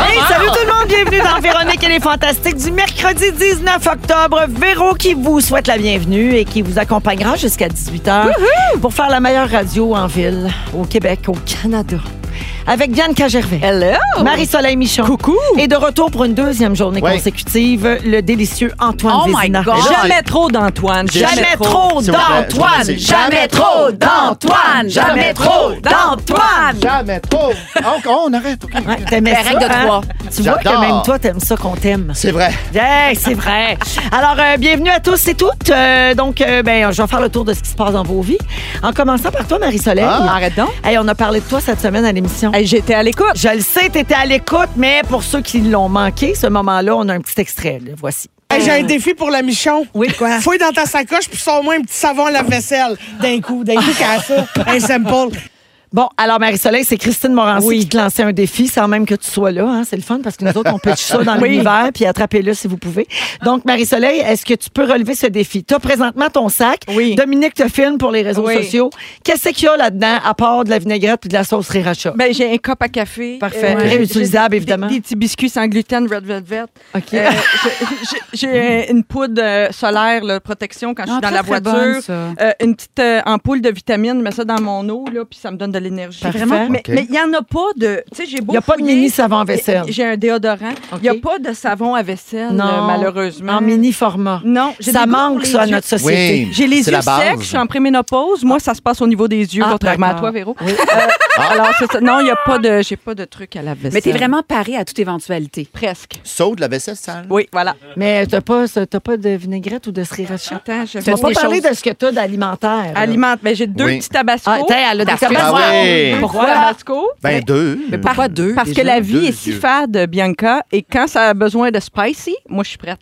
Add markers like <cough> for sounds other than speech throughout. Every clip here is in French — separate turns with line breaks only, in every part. Hey, salut tout le monde, bienvenue dans Véronique et les Fantastiques du mercredi 19 octobre. Véro qui vous souhaite la bienvenue et qui vous accompagnera jusqu'à 18h pour faire la meilleure radio en ville, au Québec, au Canada. Avec Bianca Gervais. Hello! Marie-Soleil Michon. Coucou! Et de retour pour une deuxième journée
Ouais.
consécutive, le délicieux Antoine
Oh my
Vézina.
God!
Jamais,
Jamais trop d'Antoine.
jamais trop
S'il vous plaît, je vous
d'Antoine!
remercie.
Jamais trop d'Antoine! Jamais trop d'Antoine!
Jamais trop. Donc, on arrête, OK?
Ouais, t'aimais ça,
Ben, règle de
hein?
trois.
Tu vois que
J'adore.
même toi, t'aimes ça qu'on t'aime.
C'est vrai.
Hey, c'est vrai. <laughs> Alors, euh, bienvenue à tous et toutes. Euh, donc, euh, ben, je vais faire le tour de ce qui se passe dans vos vies. En commençant par toi, Marie-Soleil.
Ah.
Arrête donc.
Hey, on a parlé de toi cette semaine à l'émission.
Hey, J'étais à l'écoute.
Je le sais, t'étais à l'écoute, mais pour ceux qui l'ont manqué, ce moment-là, on a un petit extrait. là. Voici.
Hey,
Euh,
J'ai un défi pour la Michon.
Oui, quoi?
Fouille dans ta sacoche puis sors-moi un petit savon à la vaisselle. D'un coup, d'un coup, qu'à ça. Un simple.
Bon, alors, Marie-Soleil, c'est Christine Morancy
Oui.
qui te lançait un défi sans même que tu sois là. hein. C'est le fun parce que nous autres,
<laughs>
on pitch ça dans l'univers puis attrapez-le si vous pouvez. Donc, Marie-Soleil, est-ce que tu peux relever ce défi? Tu as présentement ton sac.
Oui.
Dominique te filme pour les réseaux
Oui.
sociaux. Qu'est-ce qu'il y a là-dedans à part de la vinaigrette puis de la sauce Riracha?
Ben, j'ai un cop à café.
Parfait.
Ben, euh, j'ai-
Réutilisable,
j'ai-
évidemment.
Des, des petits biscuits sans gluten, red velvet.
OK.
Euh, j'ai- j'ai j'ai une poudre euh, solaire, là, protection quand je suis dans la voiture. Euh, une petite euh, ampoule de vitamines, je mets ça dans mon eau, là, puis ça me donne de l'énergie.
Parfait.
Mais
OK.
mais il n'y en a pas de. Tu sais, j'ai
Il
beau.
n'y a pas de
fouiller,
mini savon à vaisselle.
J'ai un déodorant. Il n'y a
OK.
pas de savon à vaisselle,
Non.
euh, malheureusement.
En mini format.
Non, j'ai
Ça
des goûts pour
manque,
les
ça, à
yeux.
notre société.
Oui.
J'ai les
C'est
yeux
la base.
secs, je suis en préménopause. Moi, ça se passe au niveau des yeux,
Ah,
contrairement à
d'accord.
toi, Véro. Euh,
Ah.
Alors, c'est ça. Non, il n'y a pas de, j'ai pas de truc à la vaisselle.
Mais t'es vraiment paré à toute éventualité.
presque.
Saut de la vaisselle sale.
Oui, voilà.
Mais tu n'as pas, ce- t'as pas de vinaigrette ou de Sriracha?
Attends, je
On
vais
va pas
pas
parler de ce que tu as d'alimentaire. là.
alimente. Mais Ben, j'ai deux
Oui.
petits tabasco.
Ah, t'as, elle a des
Parce que-
tabasco.
Ah oui.
Pourquoi tabasco?
Ben, deux.
Mais pourquoi deux?
Parce que
déjà?
la vie
Deux
est si
yeux.
fade, Bianca, et quand ça a besoin de spicy, moi, je suis prête.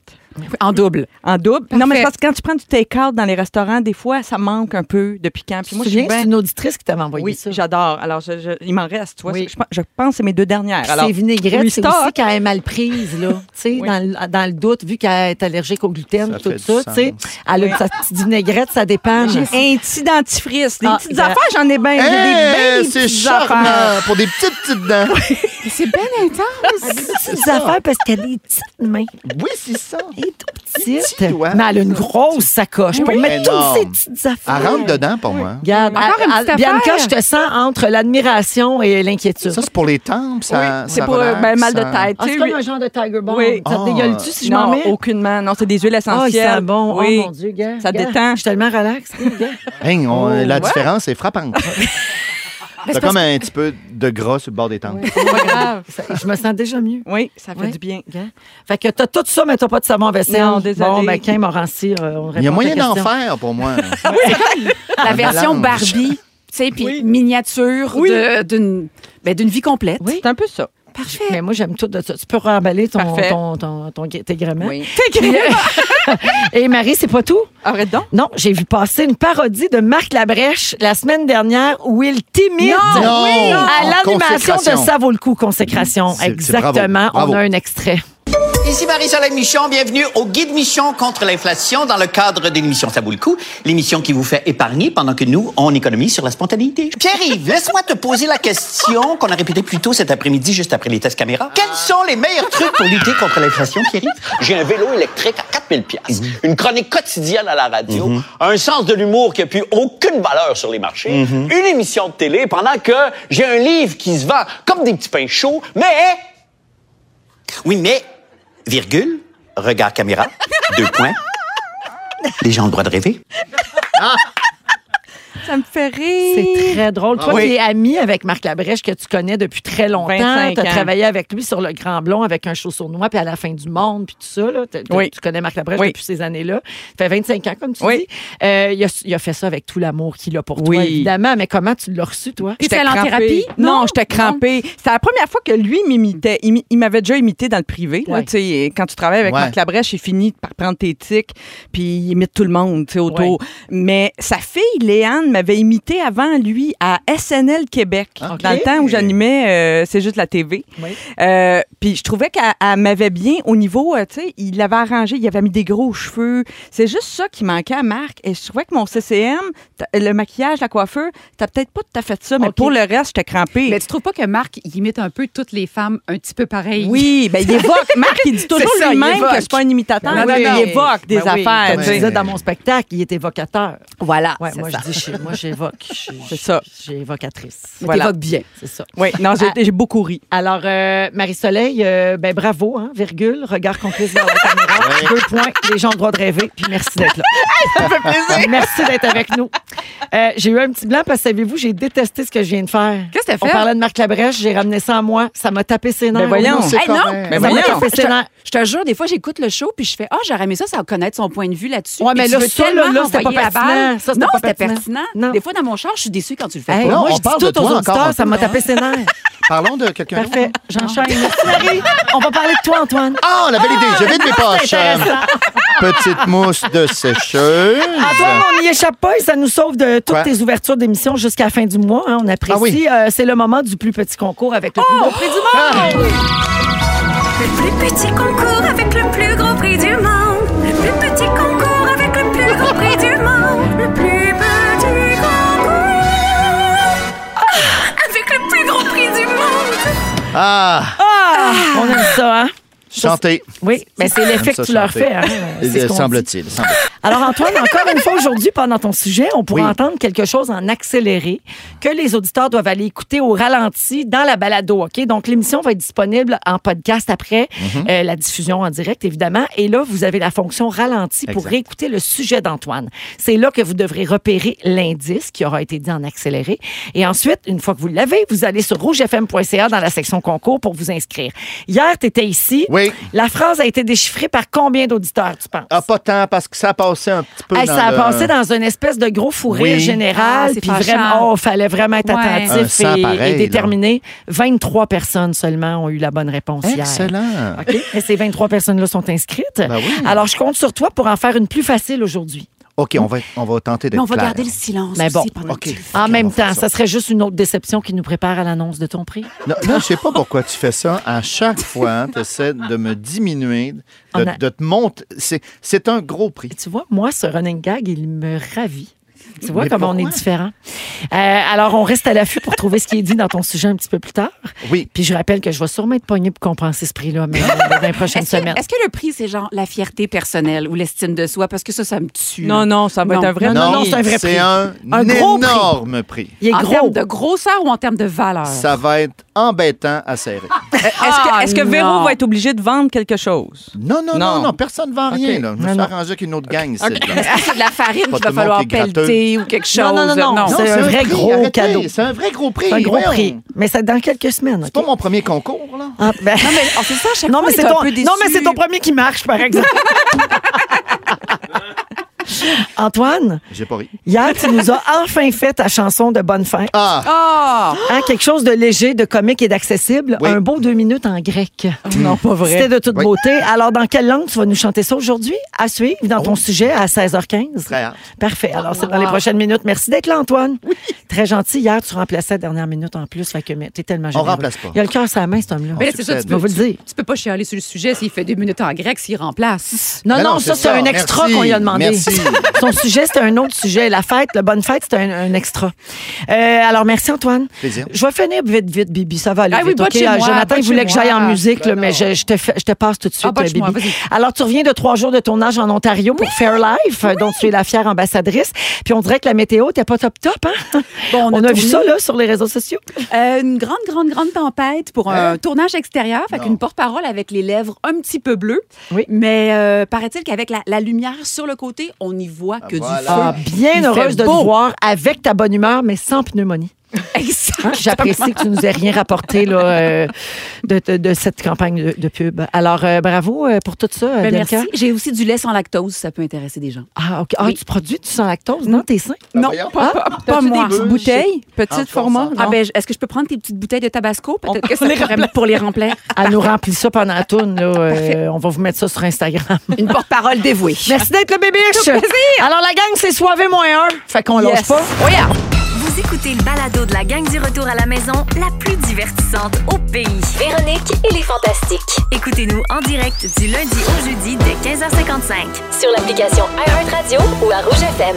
En double.
En double. Non,
Parfait.
mais c'est parce que quand tu prends du take-out dans les restaurants, des fois, ça manque un peu de piquant.
Tu
Puis
te
moi, je suis
souviens,
bien-
c'est une auditrice qui t'avait envoyé
Oui,
ça.
j'adore. Alors, je- je- il m'en reste. tu vois.
Oui.
Je, pense- je pense que c'est mes deux dernières. Alors,
Ces vinaigrettes, c'est
restock.
aussi quand elle est mal prise,
<laughs>
là. Tu sais,
Oui.
dans, le- dans le doute, vu qu'elle est allergique au gluten,
Ça
tout
fait
ça,
du
tu sais. Elle a sa petite vinaigrette, ça dépend.
J'ai un petit dentifrice, des
Ah,
petites
ben-
affaires, j'en ai bien. J'ai des bien
Hey,
des
Eh, c'est
petites
charmant
affaires.
pour des petites petites dents.
C'est bien intense.
Ah, petites affaires parce qu'elle a des petites mains.
Oui, c'est ça.
Elle est toute petite.
petits doigts.
Mais elle a une grosse sacoche pour
Oui.
mettre toutes
Énorme.
ces petites affaires.
Elle rentre dedans pour moi.
Regarde,
Encore
elle-
une petite
elle- Bianca,
affaire.
je te sens entre l'admiration et l'inquiétude.
Ça, c'est pour les tempes. Ça,
Oui,
ça
c'est pour
relaxe,
ben, mal de
ça-
tête.
Ah, c'est
tu sais,
comme
oui.
un genre de Tiger Bomb.
Oui.
Ça te
Ah.
dégueule-tu si je m'en
non,
mets?
aucunement. Non, c'est des huiles
Ah, il
essentielles.
sent bon.
Oui.
Oh mon Dieu, gars.
Ça
gars,
détend.
Je suis tellement relax. gars.
Hey, on-
Oh,
la
<laughs> ouais.
différence est frappante. T'as comme un petit peu de gras sur le bord des tempes.
C'est <laughs> pas grave.
Ça- Je me sens déjà mieux.
Oui, ça fait
Oui.
du bien.
Gars. Fait que t'as tout ça, mais t'as pas de savon à vaisselle.
Non, désolée.
Bon, ben, Kim Morancy, euh, on répond
Il y a
à ta
moyen d'en
question.
faire pour
<laughs>
moi.
La version
mélange.
Barbie, tu sais, puis miniature de- d'une ben, d'une vie complète.
Oui.
C'est un peu ça.
Parfait.
Mais moi, j'aime tout de ça. Tu peux remballer ton,
Parfait.
ton, ton, ton, gu- tes gréments.
Oui.
Et Marie, c'est pas tout.
Arrête donc.
Non, j'ai vu passer une parodie de Marc Labrèche la semaine dernière où il timide
Non! Non!
Oui!
En
à l'animation de
consécration.
Ça vaut le coup, consécration.
C'est- c'est
Exactement.
bravo, bravo.
On a un extrait.
Ici Marie-Soleil Michon, bienvenue au Guide Michon contre l'inflation dans le cadre de l'émission Ça vaut le coup, l'émission qui vous fait épargner pendant que nous, on économise sur la spontanéité. Pierre-Yves, laisse-moi te poser la question qu'on a répétée plus tôt cet après-midi, juste après les tests caméra. Quels sont les meilleurs trucs pour lutter contre l'inflation, Pierre-Yves? Mhm.
J'ai un vélo électrique à 4000 pièces, une chronique quotidienne à la radio, un sens de l'humour qui a plus aucune valeur sur les marchés,
Mhm.
une émission de télé pendant que j'ai un livre qui se vend comme des petits pains chauds, mais
Oui, mais, virgule, regard caméra, deux points. Les gens ont le droit de rêver.
Ça me fait rire.
C'est très drôle. Toi,
Ah oui.
tu es ami avec Marc Labrèche que tu connais depuis très longtemps.
25
Tu as
ans.
travaillé avec lui sur le Grand Blond avec un chausson noir puis à la fin du monde puis tout ça. là. T'as- t'as-
Oui.
Tu connais Marc Labrèche
Oui.
depuis ces années-là. Ça fait 25 ans, comme tu
Oui.
dis. Euh, il, a, il a fait ça avec tout l'amour qu'il a pour toi,
Oui.
évidemment. Mais comment tu l'as reçu, toi?
J'étais allée en
crampée.
thérapie?
Non,
Non?
j'étais crampée. C'était la première fois que lui m'imitait. Il, m- il m'avait déjà imité dans le privé. là,
Ouais.
tu sais, quand tu travailles avec
Ouais.
Marc Labrèche, il finit par prendre tes tics, puis il imite tout le monde tu sais, autour. Mais sa fille, Léane, m'avait imité avant lui à SNL Québec,
Ah,
Ok.
dans le temps où j'animais euh, C'est juste la TV. Euh, puis je trouvais qu'elle elle m'avait bien au niveau, euh, tu sais, il l'avait arrangé, il avait mis des gros cheveux. C'est juste ça qui manquait à Marc. Et je trouvais que mon CCM, t- le maquillage, la coiffure, t'as peut-être pas tout à fait ça, mais
OK.
pour le reste, j'étais crampée.
Mais tu trouves pas que Marc, il imite un peu toutes les femmes un petit peu pareilles?
oui, ben il
<laughs>
évoque. Marc, il dit toujours
C'est ça, il
lui-même
évoque.
que c'est pas un imitateur.
Ben
mais
oui,
il évoque des
Ben oui,
affaires.
Comme
tu
je
sais.
disais dans mon spectacle, il est évocateur.
Voilà.
Ouais,
c'est
moi,
ça.
je dis, chez- moi, j'évoque. Je-
C'est ça.
je- J'ai évocatrice.
Mais
Voilà.
t'évoques bien.
C'est ça.
Oui, non,
Ah.
j'ai- j'ai beaucoup ri.
Alors, euh, Marie-Soleil, euh, ben, bravo, hein, virgule, regard complice vers la caméra,
Oui.
deux points, les gens ont le droit de rêver, puis merci
<laughs>
d'être là. Euh, Merci d'être avec nous. Euh, j'ai eu un petit blanc parce que, savez-vous, j'ai détesté ce que je viens de faire.
Qu'est-ce que t'as
On
fait?
parlait de Marc Labrèche, j'ai ramené ça à moi, ça m'a tapé ses nerfs.
Ben voyons.
Ça
Hey, non!
correct.
Mais
m'a
voyons.
tapé ses nerfs.
Je te jure, des fois, j'écoute le show puis je fais Ah, j'aurais aimé ça, ça connaître son point de vue là-dessus.
Ouais,
Puis
mais
tu
là,
veux
ça,
tellement
là, là, c'était pas
renvoyer la balle.
pertinent. Ça, c'était
non,
pas
c'était
pertinent.
pertinent.
Non.
Des fois, dans mon char, je suis déçue quand tu le fais
Hey,
pas.
Non,
moi,
on
je dis
parle de
tout aux
toi encore,
auditeurs, ça m'a tapé ses nerfs.
Parlons de quelqu'un d'autre.
Parfait, j'enchaîne. Merci, Marie. On va parler de toi, Antoine.
Ah, la belle idée. Je
<laughs>
vide mes poches.
intéressant.
Euh, Petite mousse de sécheuse.
Antoine, on n'y échappe pas et ça nous sauve de toutes
Quoi?
tes ouvertures d'émissions jusqu'à la fin du mois. hein, on apprécie.
Ah oui.
Euh, c'est le moment du plus petit concours avec le plus gros prix du monde.
Le plus petit concours avec le plus gros prix du monde. Le plus petit concours avec le plus gros prix du monde. Le plus petit concours. Avec le plus gros prix du monde.
Ah,
On aime ça, hein?
chanter.
Oui, mais c'est l'effet que
ça
tu leur
chanter.
fais. hein, c'est ce
Il-
qu'on dit.
Semble-t-il. semble-t-il.
Alors, Antoine, encore une fois aujourd'hui, pendant ton sujet, on pourrait
Oui.
entendre quelque chose en accéléré que les auditeurs doivent aller écouter au ralenti dans la balado. OK? Donc, l'émission va être disponible en podcast après
Mhm.
euh, la diffusion en direct, évidemment. Et là, vous avez la fonction ralenti pour
Exact.
réécouter le sujet d'Antoine. C'est là que vous devrez repérer l'indice qui aura été dit en accéléré. Et ensuite, une fois que vous l'avez, vous allez sur rougefm.ca dans la section concours pour vous inscrire. Hier, tu étais ici.
Oui.
La phrase a été déchiffrée par combien d'auditeurs, tu penses?
Ah, pas tant, parce que ça a passé un petit peu
Hey,
dans
ça a
le-
passé dans une espèce de gros fou rire
Oui.
général.
Ah, c'est
puis
fâchant.
vraiment, oh, fallait vraiment être
Ouais.
Un
attentif
sang
et- et,
pareil, là.
déterminé. 23 personnes seulement ont eu la bonne réponse hier.
Excellent.
OK? Et ces 23 personnes-là sont inscrites.
Ben oui.
Alors, je compte sur toi pour en faire une plus facile aujourd'hui.
OK, on va, on va tenter d'être
Mais on va
clair.
garder le silence.
Mais bon.
aussi pendant
OK.
que tu le fais.
En
on
même
va faire
temps, ça.
ça.
serait juste une autre déception qui nous prépare à l'annonce de ton prix.
Non, non, je sais pas pourquoi tu fais ça. À chaque fois, tu essaies de me diminuer, de,
On a-
de te monter. C'est- C'est un gros prix.
Tu vois, moi, ce running gag, il me ravit. Tu vois
Mais
comment on est
pourquoi?
différents. Euh, alors, on reste à l'affût pour trouver ce qui est dit dans ton sujet un petit peu plus tard.
Oui.
Puis je rappelle que je vais sûrement être pognée pour compenser ce prix-là mais, euh, dans
<laughs>
les prochaines
Est-ce que,
semaines.
est-ce que le prix, c'est genre la fierté personnelle ou l'estime de soi? Parce que ça, ça me tue.
Non, non, ça va
Non.
être un vrai
Non, non,
prix.
c'est un vrai prix.
C'est un,
Un gros prix.
énorme prix.
Il est
En
gros.
termes de grosseur ou en termes de
Ah.
valeur?
Euh,
Ça va être embêtant à serrer.
Est-ce que, est-ce que Véro
Ah, non.
va être obligé de vendre quelque chose?
Non, non, non,
Non.
non, personne ne vend rien.
OK.
Là. Je
Non,
me suis
non.
arrangé avec une autre gang ici. là.
Est-ce que Ah, c'est de la farine
Pas
qu'il
tout
va
le monde
falloir
qui est gratteux.
pelleter ou quelque chose?
Non, non, non, non.
Non,
C'est un vrai
prix,
gros
arrêtez.
cadeau.
C'est un vrai gros prix.
C'est un gros
voyons.
prix. Mais c'est dans quelques semaines.
C'est
OK?
pas mon premier concours, là.
<laughs>
Ah, ben-
Non, mais oh, c'est ça, à chaque
Non,
fois,
mais
on est
c'est
un
ton...
peu déçu.
non, mais c'est ton premier qui marche, par exemple. <laughs> Antoine,
J'ai pas ri.
hier, tu nous as enfin fait ta chanson de Bonne Fête.
Ah,
Ah!
Hein, quelque chose de léger, de comique et d'accessible.
Oui.
Un beau deux minutes en grec.
Non, pas vrai.
C'était de toute
Oui.
beauté. Alors, dans quelle langue tu vas nous chanter ça aujourd'hui? À suivre dans ton sujet à 16h15.
Oh. Très hâte.
Parfait. Alors, c'est dans les prochaines minutes. Merci d'être là, Antoine. Très gentil. Hier, tu remplaçais la dernière minute en plus. Fait que mais t'es tellement généreux.
remplace pas.
Il y a le cœur sur la main, cet homme-là.
Mais là, c'est ça, tu
succède.
Je vais
peux,
vous le dire.
tu peux pas chialer sur le sujet s'il fait deux minutes en grec, s'il remplace.
Non,
Mais
non, ça, c'est un extra
Merci.
qu'on lui a demandé.
Merci.
<laughs> Son sujet, c'était un autre sujet. La fête, la bonne fête, c'était un, un extra. Euh, alors, merci Antoine.
Plaisir.
Je vais finir vite, vite, Bibi. Ça va aller
Ah oui,
vite,
pas
OK?
de chez
Ah,
moi,
Jonathan,
pas de
il voulait
chez
que j'aille en
moi. Ben
musique, là, mais je, je te fais- je te passe tout de suite,
pas de
euh,
chez moi,
Bibi.
vas-y.
Alors, tu reviens de trois jours de tournage en Ontario pour Fairlife, euh, dont tu es la fière ambassadrice. Puis on dirait que la météo n'était pas top top, hein?
Bon, on
<laughs>
a
on a vu
tourné.
ça, là, sur les réseaux sociaux.
Euh, une grande, grande, grande tempête pour un tournage extérieur. Fait qu'une porte-parole avec les lèvres un petit peu bleues.
Oui.
Mais euh, paraît-il qu'avec la, la lumière sur le côté, on n'y voit que
voilà.
du feu.
Ah, bien
Il
heureuse
fait
de
beau.
te voir avec ta bonne humeur, mais sans pneumonie. Hein,
Exactement.
J'apprécie que tu nous aies rien rapporté là, euh, de, de- de cette campagne de, de pub. Alors, euh, bravo euh, pour tout ça, euh,
Ben,
Bianca.
merci. J'ai aussi du lait sans lactose, ça peut intéresser des gens.
Ah, ok. Ah,
Oui.
tu produis du sans lactose dans tes seins?
non,
voyons.
pas, pas, pas moi.
Ah, des petites bouteilles, petit format.
Ah ben, je- est-ce que je peux prendre tes petites bouteilles de Tabasco peut-être que ça pourrait me- pour <laughs> les remplir
Elle nous remplit ça pendant la tourne. là. Euh, on va vous mettre ça sur Instagram.
Une porte-parole dévouée.
Merci d'être le bébiche. Alors, la gang, c'est soivé moins un. Fait qu'on lâche
Yes.
pas.
Oh yeah.
Vous écoutez le balado de la gang du retour à la maison, la plus divertissante au pays.
Véronique et les Fantastiques.
Écoutez-nous en direct du lundi au jeudi dès 15h55.
Sur l'application iHeartRadio ou à Rouge FM.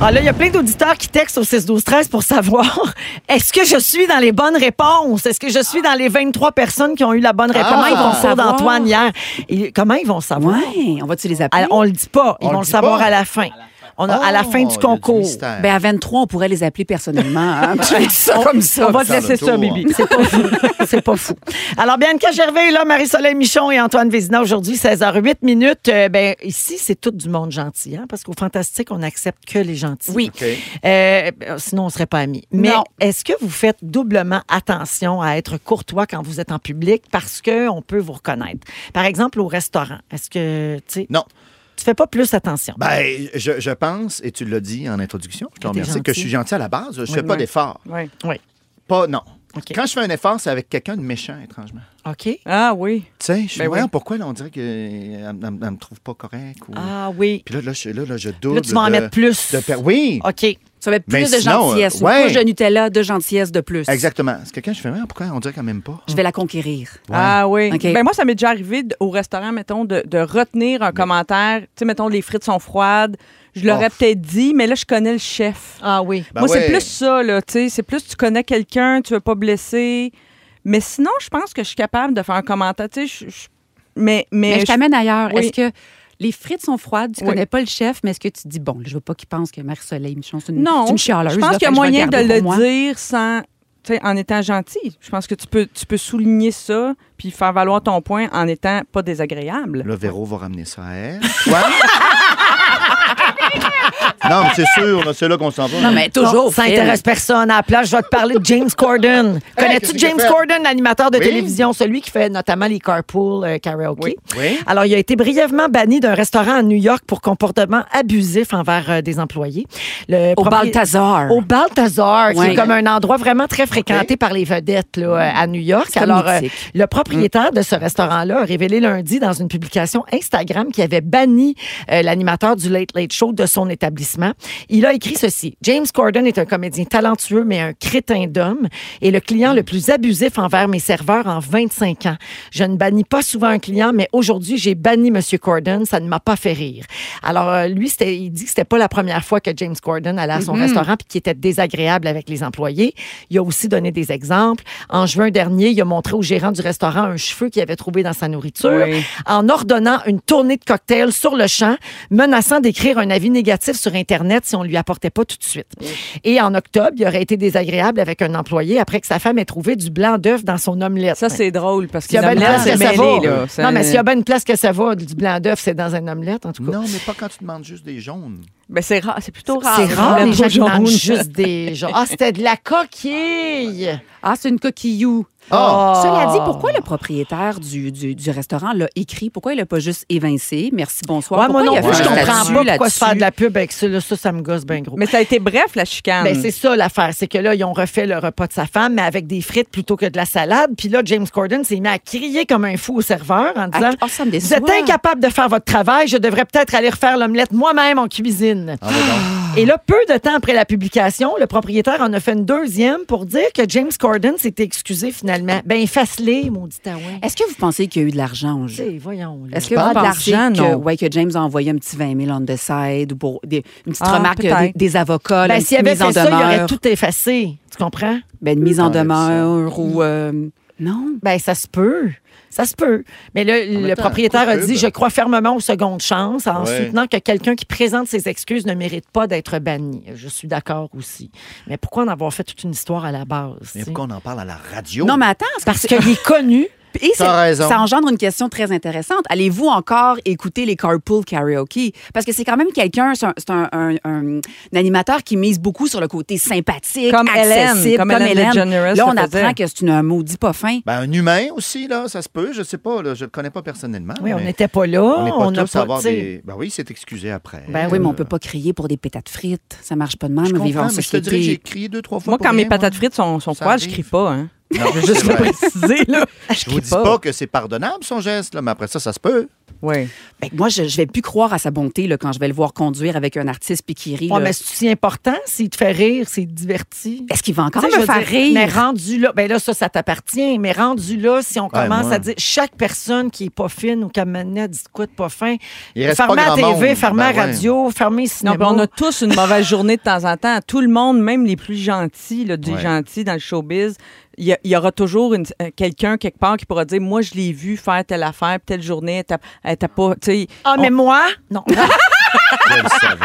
Ah là, il y a plein d'auditeurs qui textent au 6-12-13 pour savoir <laughs> est-ce que je suis dans les bonnes réponses? Est-ce que je suis dans les 23 personnes qui ont eu la bonne réponse
Ah!
Comment ils
au
vont
concours
savoir?
d'Antoine hier? Et comment ils vont savoir?
<laughs> Ouais, on va-tu les appeler?
Alors, on le dit pas. Ils
On
vont
le
le
dit
savoir
pas.
à la fin. On a, à la
Oh,
fin
il y
du
a
concours.
mystère.
Ben à 23, on pourrait les appeler personnellement. hein. Tu dis ça comme ça.
On va te
Faire le
laisser ça,
tour.
Bibi. C'est pas fou. C'est pas fou. Alors, Bianca Gervais est là, Marie-Soleil Michon et Antoine Vézina aujourd'hui, 16h08 minutes. Euh, ben, ici, c'est tout du monde gentil, hein, parce qu'au Fantastique, on n'accepte que les gentils.
Oui.
OK.
Euh, ben, sinon, on serait pas amis. Mais
Non.
est-ce que vous faites doublement attention à être courtois quand vous êtes en public parce qu'on peut vous reconnaître? Par exemple, au restaurant, est-ce que, tu sais,
Non.
tu fais pas plus attention?
Ben, je, je pense, et tu l'as dit en introduction, je te
t'es
remercie, que je
gentil.
suis gentil à la base. Je ne fais pas
ouais.
d'effort.
<laughs> Ouais.
oui.
Pas, non.
OK.
Quand je fais un effort, c'est avec quelqu'un de méchant, étrangement.
OK.
Ah oui.
Tu sais, je suis
Ben
voyons
oui.
pourquoi là, on dirait euh, qu'elle ne me trouve pas correct. Ou...
Ah oui.
Puis là, là, je, là, là, je double.
Là, tu vas en
de-
mettre plus.
de per- Oui,
OK.
Ça va être plus
Mais
de
sinon, euh,
gentillesse.
ouais.
Une couche de Nutella, de gentillesse de plus.
exactement. C'est quelqu'un, je fais, voyons pourquoi on dirait quand même pas.
Je vais la conquérir.
Ah oui.
OK.
Ben moi, ça m'est déjà arrivé d- au restaurant, mettons, de, de retenir un commentaire. Tu sais, mettons, les frites sont froides. Je l'aurais
Oh.
peut-être dit, mais là, je connais le chef.
Ah oui.
Ben
moi,
ouais.
c'est plus ça, là. Tu sais, c'est plus tu connais quelqu'un, tu veux pas blesser. Mais sinon, je pense que je suis capable de faire un commentaire. Tu sais, je- je- mais, mais,
Mais je t'amène ailleurs.
Oui.
Est-ce que les frites sont froides, tu
Oui.
connais pas le chef, mais est-ce que tu te dis, bon, je veux pas qu'il pense que Marie-Soleil Michon, c'est une,
Non,
c'est une chialeuse.
je
là,
pense qu'il y
fait
a
que je vais
moyen de
garder
le
pour moi.
dire sans, tu sais, en étant gentil. Je pense que tu peux, tu peux souligner ça puis faire valoir ton point en étant pas désagréable.
Là, Véro va ramener ça à
<laughs>
elle. Toi? non, mais c'est sûr, là, c'est là qu'on s'en va.
Non, mais toujours.
Non, ça
Phil.
intéresse personne. À la place, je vais te parler de James Corden.
qu'est-ce
Connais-tu
qu'il a
James
fait?
Corden, l'animateur de
Oui.
télévision, celui qui fait notamment les carpool euh, karaoke?
Oui.
Alors, il a été brièvement banni d'un restaurant à New York pour comportement abusif envers euh, des employés. Le
Au
propri-
Balthazar.
Au Balthazar, qui
Ouais.
est comme un endroit vraiment très fréquenté par les vedettes là, euh, à New York.
C'est comme
Alors, euh,
mythique. Mm.
le propriétaire de ce restaurant-là a révélé lundi dans une publication Instagram qu'il avait banni euh, l'animateur du Late Late Show de son établissement. Il a écrit ceci. James Corden est un comédien talentueux, mais un crétin d'homme et le client le plus abusif envers mes serveurs en 25 ans. Je ne bannis pas souvent un client, mais aujourd'hui, j'ai banni M. Corden. Ça ne m'a pas fait rire. Alors, euh, lui, c'était- il dit que c'était pas la première fois que James Corden allait à son restaurant puis qu'il était désagréable avec les employés. Il a aussi donné des exemples. En juin dernier, il a montré au gérant du restaurant un cheveu qu'il avait trouvé dans sa nourriture
Oui.
en ordonnant une tournée de cocktails sur le champ, menaçant d'écrire un avis négatif sur Internet si on lui apportait pas tout de suite. Et en octobre, il aurait été désagréable avec un employé après que sa femme ait trouvé du blanc d'œuf dans son omelette.
Ça, c'est drôle parce
S'il y
que
a bien une place que ça va.
là. Ça-
Non, mais s'il y a bien une place que ça va, du blanc d'œuf, c'est dans un omelette, en tout cas.
Non, mais pas quand tu demandes juste des jaunes.
Ben, c'est rare, c'est plutôt rare.
C'est rare,
Ah, Le
les gens qui
jaune.
mangent juste des... gens. Ah, c'était de la coquille!
Ah, c'est une coquillou.
Ah!
Cela dit, pourquoi le propriétaire du, du, du restaurant l'a écrit? Pourquoi il l'a pas juste évincé? Merci, bonsoir.
Ouais, moi
pourquoi
non
il a
plus,
fait
je
un
comprends
statut
pas pourquoi se
là-dessus?
faire de la pub avec ça. là. ça, ça me gosse bien gros.
Mais ça a été bref, la chicane.
Ben, c'est ça l'affaire, c'est que là, ils ont refait le repas de sa femme, mais avec des frites plutôt que de la salade. Puis là, James Corden s'est mis à crier comme un fou au serveur en disant
Ah, ça me
Vous
déçoit.
êtes incapable de faire votre travail, je devrais peut-être aller refaire l'omelette moi-même en cuisine.
Ah, ouais, donc.
Et là, peu de temps après la publication, le propriétaire en a fait une deuxième pour dire que James Corden s'était excusé finalement. Ben, efface-les, maudit Taouin.
Est-ce que vous pensez qu'il y a eu de l'argent au jeu?
T'sais, Voyons. là.
Est-ce que
Pas
vous
de
pensez
l'argent,
que,
non.
ouais, que James a envoyé un petit 20 000 on the side ou pour des, une petite
Ah,
remarque euh,
peut-être.
des, des avocats, là,
Ben,
une
s'il
petite
avait
mise en
fait ça, il aurait
demeure?
tout effacé. Tu comprends?
Ben, une mise en
Enlève Ah, ça. Oh.
demeure ou... euh, non.
Ben, ça se peut. Ça se peut. Mais là, le
même temps,
propriétaire a
coupe
dit
pub.
Je crois fermement aux secondes chances en
Ouais.
soutenant que quelqu'un qui présente ses excuses ne mérite pas d'être banni. Je suis d'accord aussi. Mais pourquoi en avoir fait toute une histoire à la base?
Mais
t'sais?
pourquoi on en parle à la radio?
Non, mais attends, c'est
Parce qu'il est
<laughs>
connu.
Et c'est-
T'as raison.
ça engendre une question très intéressante. Allez-vous encore écouter les carpool karaoke? Parce que c'est quand même quelqu'un, c'est un, c'est un- un- un- un animateur qui mise beaucoup sur le côté sympathique,
Comme Hélène,
accessible,
comme Hélène DeGeneres
Là, on
le faisait.
apprend que c'est une- un maudit pas fin.
Ben, un humain aussi, là, ça se peut. Je sais pas, là, je le connais pas personnellement.
Oui, on
mais
n'était pas là.
on n'est pas
On n'a
tous à
pas.
avoir
t'sais.
des... Ben oui, c'est excusé après.
Ben oui, mais on peut pas crier pour des pétates frites. Ça marche pas de même,
Euh. Je
vivre en
comprends, mais je te dirais que j'ai
société.
crié deux, trois fois
Moi,
pour
quand mes
rien, moi.
patates frites sont, sont
Ça
froides, je
arrive.
crie pas.
<laughs>
Hein.
Non, juste
Je vais préciser, là.
Je
crie
vous dis pas que c'est pardonnable, son geste, là, mais après ça, ça se peut.
Oui.
Ben, moi, je, je vais plus croire à sa bonté là, quand je vais le voir conduire avec un artiste puis qui rit.
Ouais,
là.
mais c'est si important s'il te fait rire, s'il te divertit.
Est-ce qu'il va encore
Tu sais,
me
je veux dire,
faire rire?
Mais rendu là, ben là, ça, ça t'appartient. Mais rendu là, si on commence
moi.
à dire chaque personne qui est pas fine ou qui a mené dit de quoi de pas fin,
Il reste
fermez
pas
la
grand
TV,
monde.
fermez
Ben
la
ouais.
radio, fermez le
Non,
cinéma.
puis on a tous une mauvaise journée de temps en temps. Tout le monde, même les plus gentils, là, des
Ouais.
gentils dans le showbiz, il y, a- il y aura toujours une- euh, quelqu'un quelque part qui pourra dire Moi, je l'ai vu faire telle affaire, puis telle journée, elle t'a- elle t'a pas. Tu sais,
Ah, mais
on-
moi? Non.
Je le savais.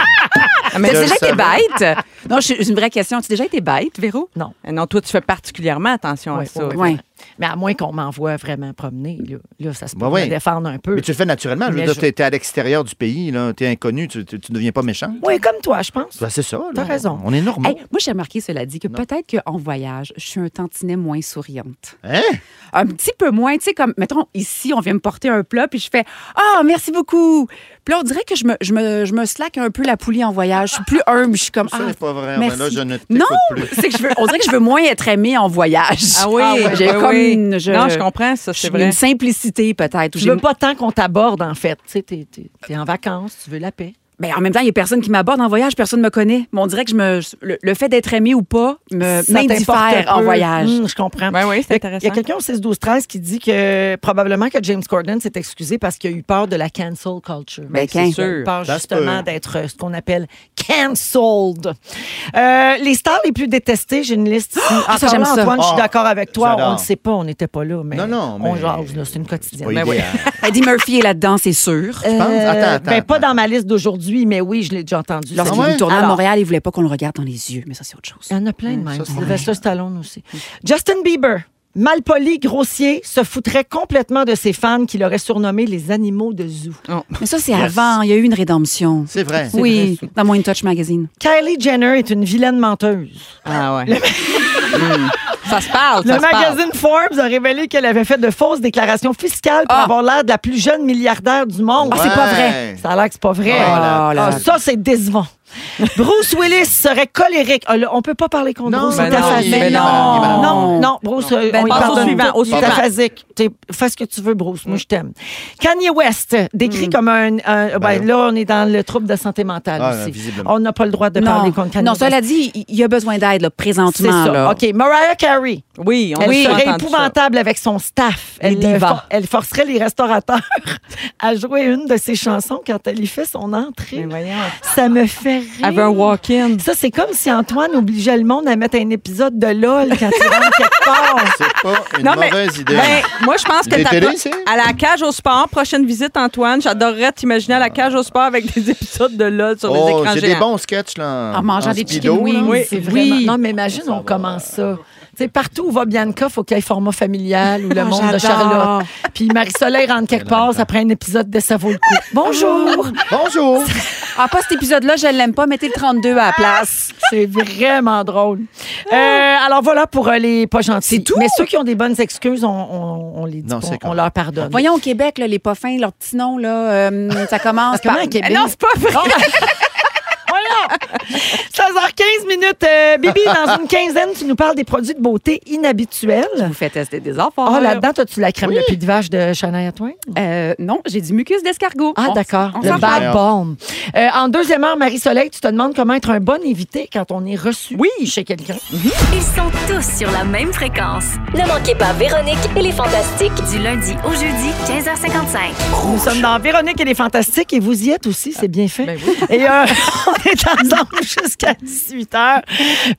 Ah, mais
Je
c'est
le
vrai que t'es
savais.
bête.
Non, je- c'est une vraie question. Tu as déjà été bête, Véro?
non.
Ah Non, toi, tu fais particulièrement attention à
Ouais,
ça.
ouais,
Ouais.
Mais à moins qu'on m'envoie vraiment promener, là, Là, ça se peut
Ben
me
oui.
défendre un peu.
Mais tu le fais naturellement. Je veux
Mais
dire,
je-
t'es- t'es à l'extérieur du pays, là. T'es inconnu, tu, tu, tu deviens pas méchant.
Oui, comme toi, je pense.
Ben, c'est ça, là.
T'as raison.
On est normaux.
Hey, moi, j'ai remarqué, cela dit, que peut-être qu'en voyage, je suis un tantinet moins souriante.
Hein?
Un petit peu moins, tu sais, comme, mettons, ici, on vient me porter un plat, puis je fais Ah, merci beaucoup. Puis là, on dirait que je me, je, me, je me slack un peu la poulie en voyage. Je suis plus humble, je suis comme.
Ça
Ah,
n'est pas vrai.
merci.
Ben là, je ne t'écoute
Non,
plus.
<laughs> c'est que je veux, on dirait que je veux moins être aimée en voyage.
Ah oui,
ouais, <laughs> j'ai
oui,
comme
oui.
une. je-
Non, je comprends ça, c'est
j'ai
vrai.
Une simplicité, peut-être. ou
Je
j'ai-
veux pas tant qu'on t'aborde, en fait. Tu sais, t'es, t'es- t'es en vacances, tu veux la paix.
Ben, en même temps, il y a personne qui m'aborde en voyage, personne ne me connaît. Mais on dirait que je me, le, le fait d'être aimée ou pas
Euh,
me,
Ça t'importe
m'indiffère
peu.
en voyage.
Hum, je comprends.
Ben oui, c'est
Il y a-
intéressant.
Il y a quelqu'un au 6-12-13 qui dit que probablement que James Corden s'est excusé parce qu'il a eu peur de la cancel culture. c'est
Ben, qu'un.
sûr. Il a eu peur
Ça se
justement
peut.
d'être euh, ce qu'on appelle cancelled. Euh, les stars les plus détestées, j'ai une liste ici.
ça,
Encore
j'aime
là,
ça.
Antoine, je suis
Ah,
d'accord avec toi.
j'adore.
On ne sait pas, on n'était pas là. Mais
Non, non,
On
mais-
jase, là, c'est une
C'est
quotidienne.
pas
Ben oui.
idéal.
Eddie Murphy est là-dedans, c'est sûr.
penses? Attends, attends,
ben, pas
attends.
dans ma liste d'aujourd'hui, mais oui, je l'ai déjà entendu.
Lorsqu'il
Ah ouais?
nous tournait à
Alors-
Montréal, il voulait pas qu'on le regarde dans les yeux, mais ça, c'est autre chose.
Il y en a plein de même.
c'est
Sylvester Stallone aussi. Justin Bieber, malpoli, grossier, se foutrait complètement de ses fans qu'il aurait surnommés les animaux de zoo.
Mais ça, c'est avant. Il y a eu une rédemption.
C'est vrai.
Oui, dans mon In Touch magazine.
Kylie Jenner est une vilaine menteuse.
Ah ouais. Hum. Ça se parle, ça
Le
se parle.
magazine Forbes a révélé qu'elle avait fait de fausses déclarations fiscales pour
Ah.
avoir l'air de la plus jeune milliardaire du monde.
Ah, c'est pas Ouais. vrai.
Ça a l'air que c'est pas vrai.
Oh là
Ah,
là.
ça, c'est décevant. Bruce Willis serait colérique. Ah, là, on peut pas parler contre
Non,
Bruce.
ben
il est
non,
aphasique.
il est
non,
malade,
il
non,
est malade.
non, Bruce, euh,
Ben,
on lui
passe au
pardonne
suivant,
pas.
au
Il est
suivant.
aphasique. T'es- Fais ce que tu veux, Bruce. Moi, je t'aime. Kanye West, décrit comme un... un- ben,
Ben.
là, on est dans le trouble de santé mentale
Ah,
aussi.
visiblement.
On n'a pas le droit de parler contre Kanye
non,
West.
cela dit, il- il y a besoin d'aide là,
C'est
présentement.
ça.
là.
OK, Mariah Carey.
Oui, on
Elle
oui,
serait épouvantable avec son staff. Elle, euh,
divas.
for- elle forcerait les restaurateurs <laughs> à jouer une de ses chansons quand elle y fait son entrée. Ça me fait rire.
Avait un walk-in.
Ça, c'est comme si Antoine obligeait le monde à mettre un épisode de LOL quand il rentre
<laughs>
quelque part.
C'est pas une
Non, mais-
mauvaise idée.
Ben, moi, je pense que
Des
t'as
télés,
pas-
c'est-
à la cage au sport, prochaine visite, Antoine, j'adorerais t'imaginer à la cage au sport avec des épisodes de LOL sur les
oh,
écrans
j'ai
géants.
des bons sketchs, là.
En mangeant des
speedo,
chicken
là.
wings.
Oui, c'est vraiment. Non, mais imagine, on commence ça. Tu sais, partout où va Bianca, faut qu'il y ait format familial ou le
Ah,
monde de
j'adore.
Charlotte. Puis Marie-Soleil rentre quelque part, ça prend un épisode de Ça vaut le coup. Bonjour!
Bonjour.
Ah, pas cet épisode-là, je l'aime pas. Mettez le 32 à la place.
C'est vraiment drôle. Euh, alors voilà pour euh, les pas gentils.
C'est tout?
Mais ceux qui ont des bonnes excuses, on, on- on les dit
Non,
pas,
c'est
on
correct.
leur pardonne.
Voyons, au Québec, là, les poffins, leur petit nom, là, euh, ça commence
Comment
par...
à Québec? ben,
Non, c'est pas vrai.
Voyons! 16h15 minutes. Euh, Bibi, dans une quinzaine, tu nous parles des produits de beauté inhabituels. Je vous
fais tester des enfants.
Ah, là-dedans, as-tu la crème de pied de vache de Chanel à toi?
euh, non, j'ai du mucus d'escargot.
Ah,
On-
d'accord.
on
Le
s'en
bad
parle.
bomb. Euh, en deuxième heure, Marie-Soleil, tu te demandes comment être un bon invité quand on est reçu chez quelqu'un.
Ils sont tous sur la même fréquence. Ne manquez pas Véronique et les Fantastiques du lundi au jeudi 15h55.
Nous sommes dans Véronique et les Fantastiques et vous y êtes aussi, c'est bien fait.
Ben
Et euh, <laughs> on est ensemble jusqu'à 18 h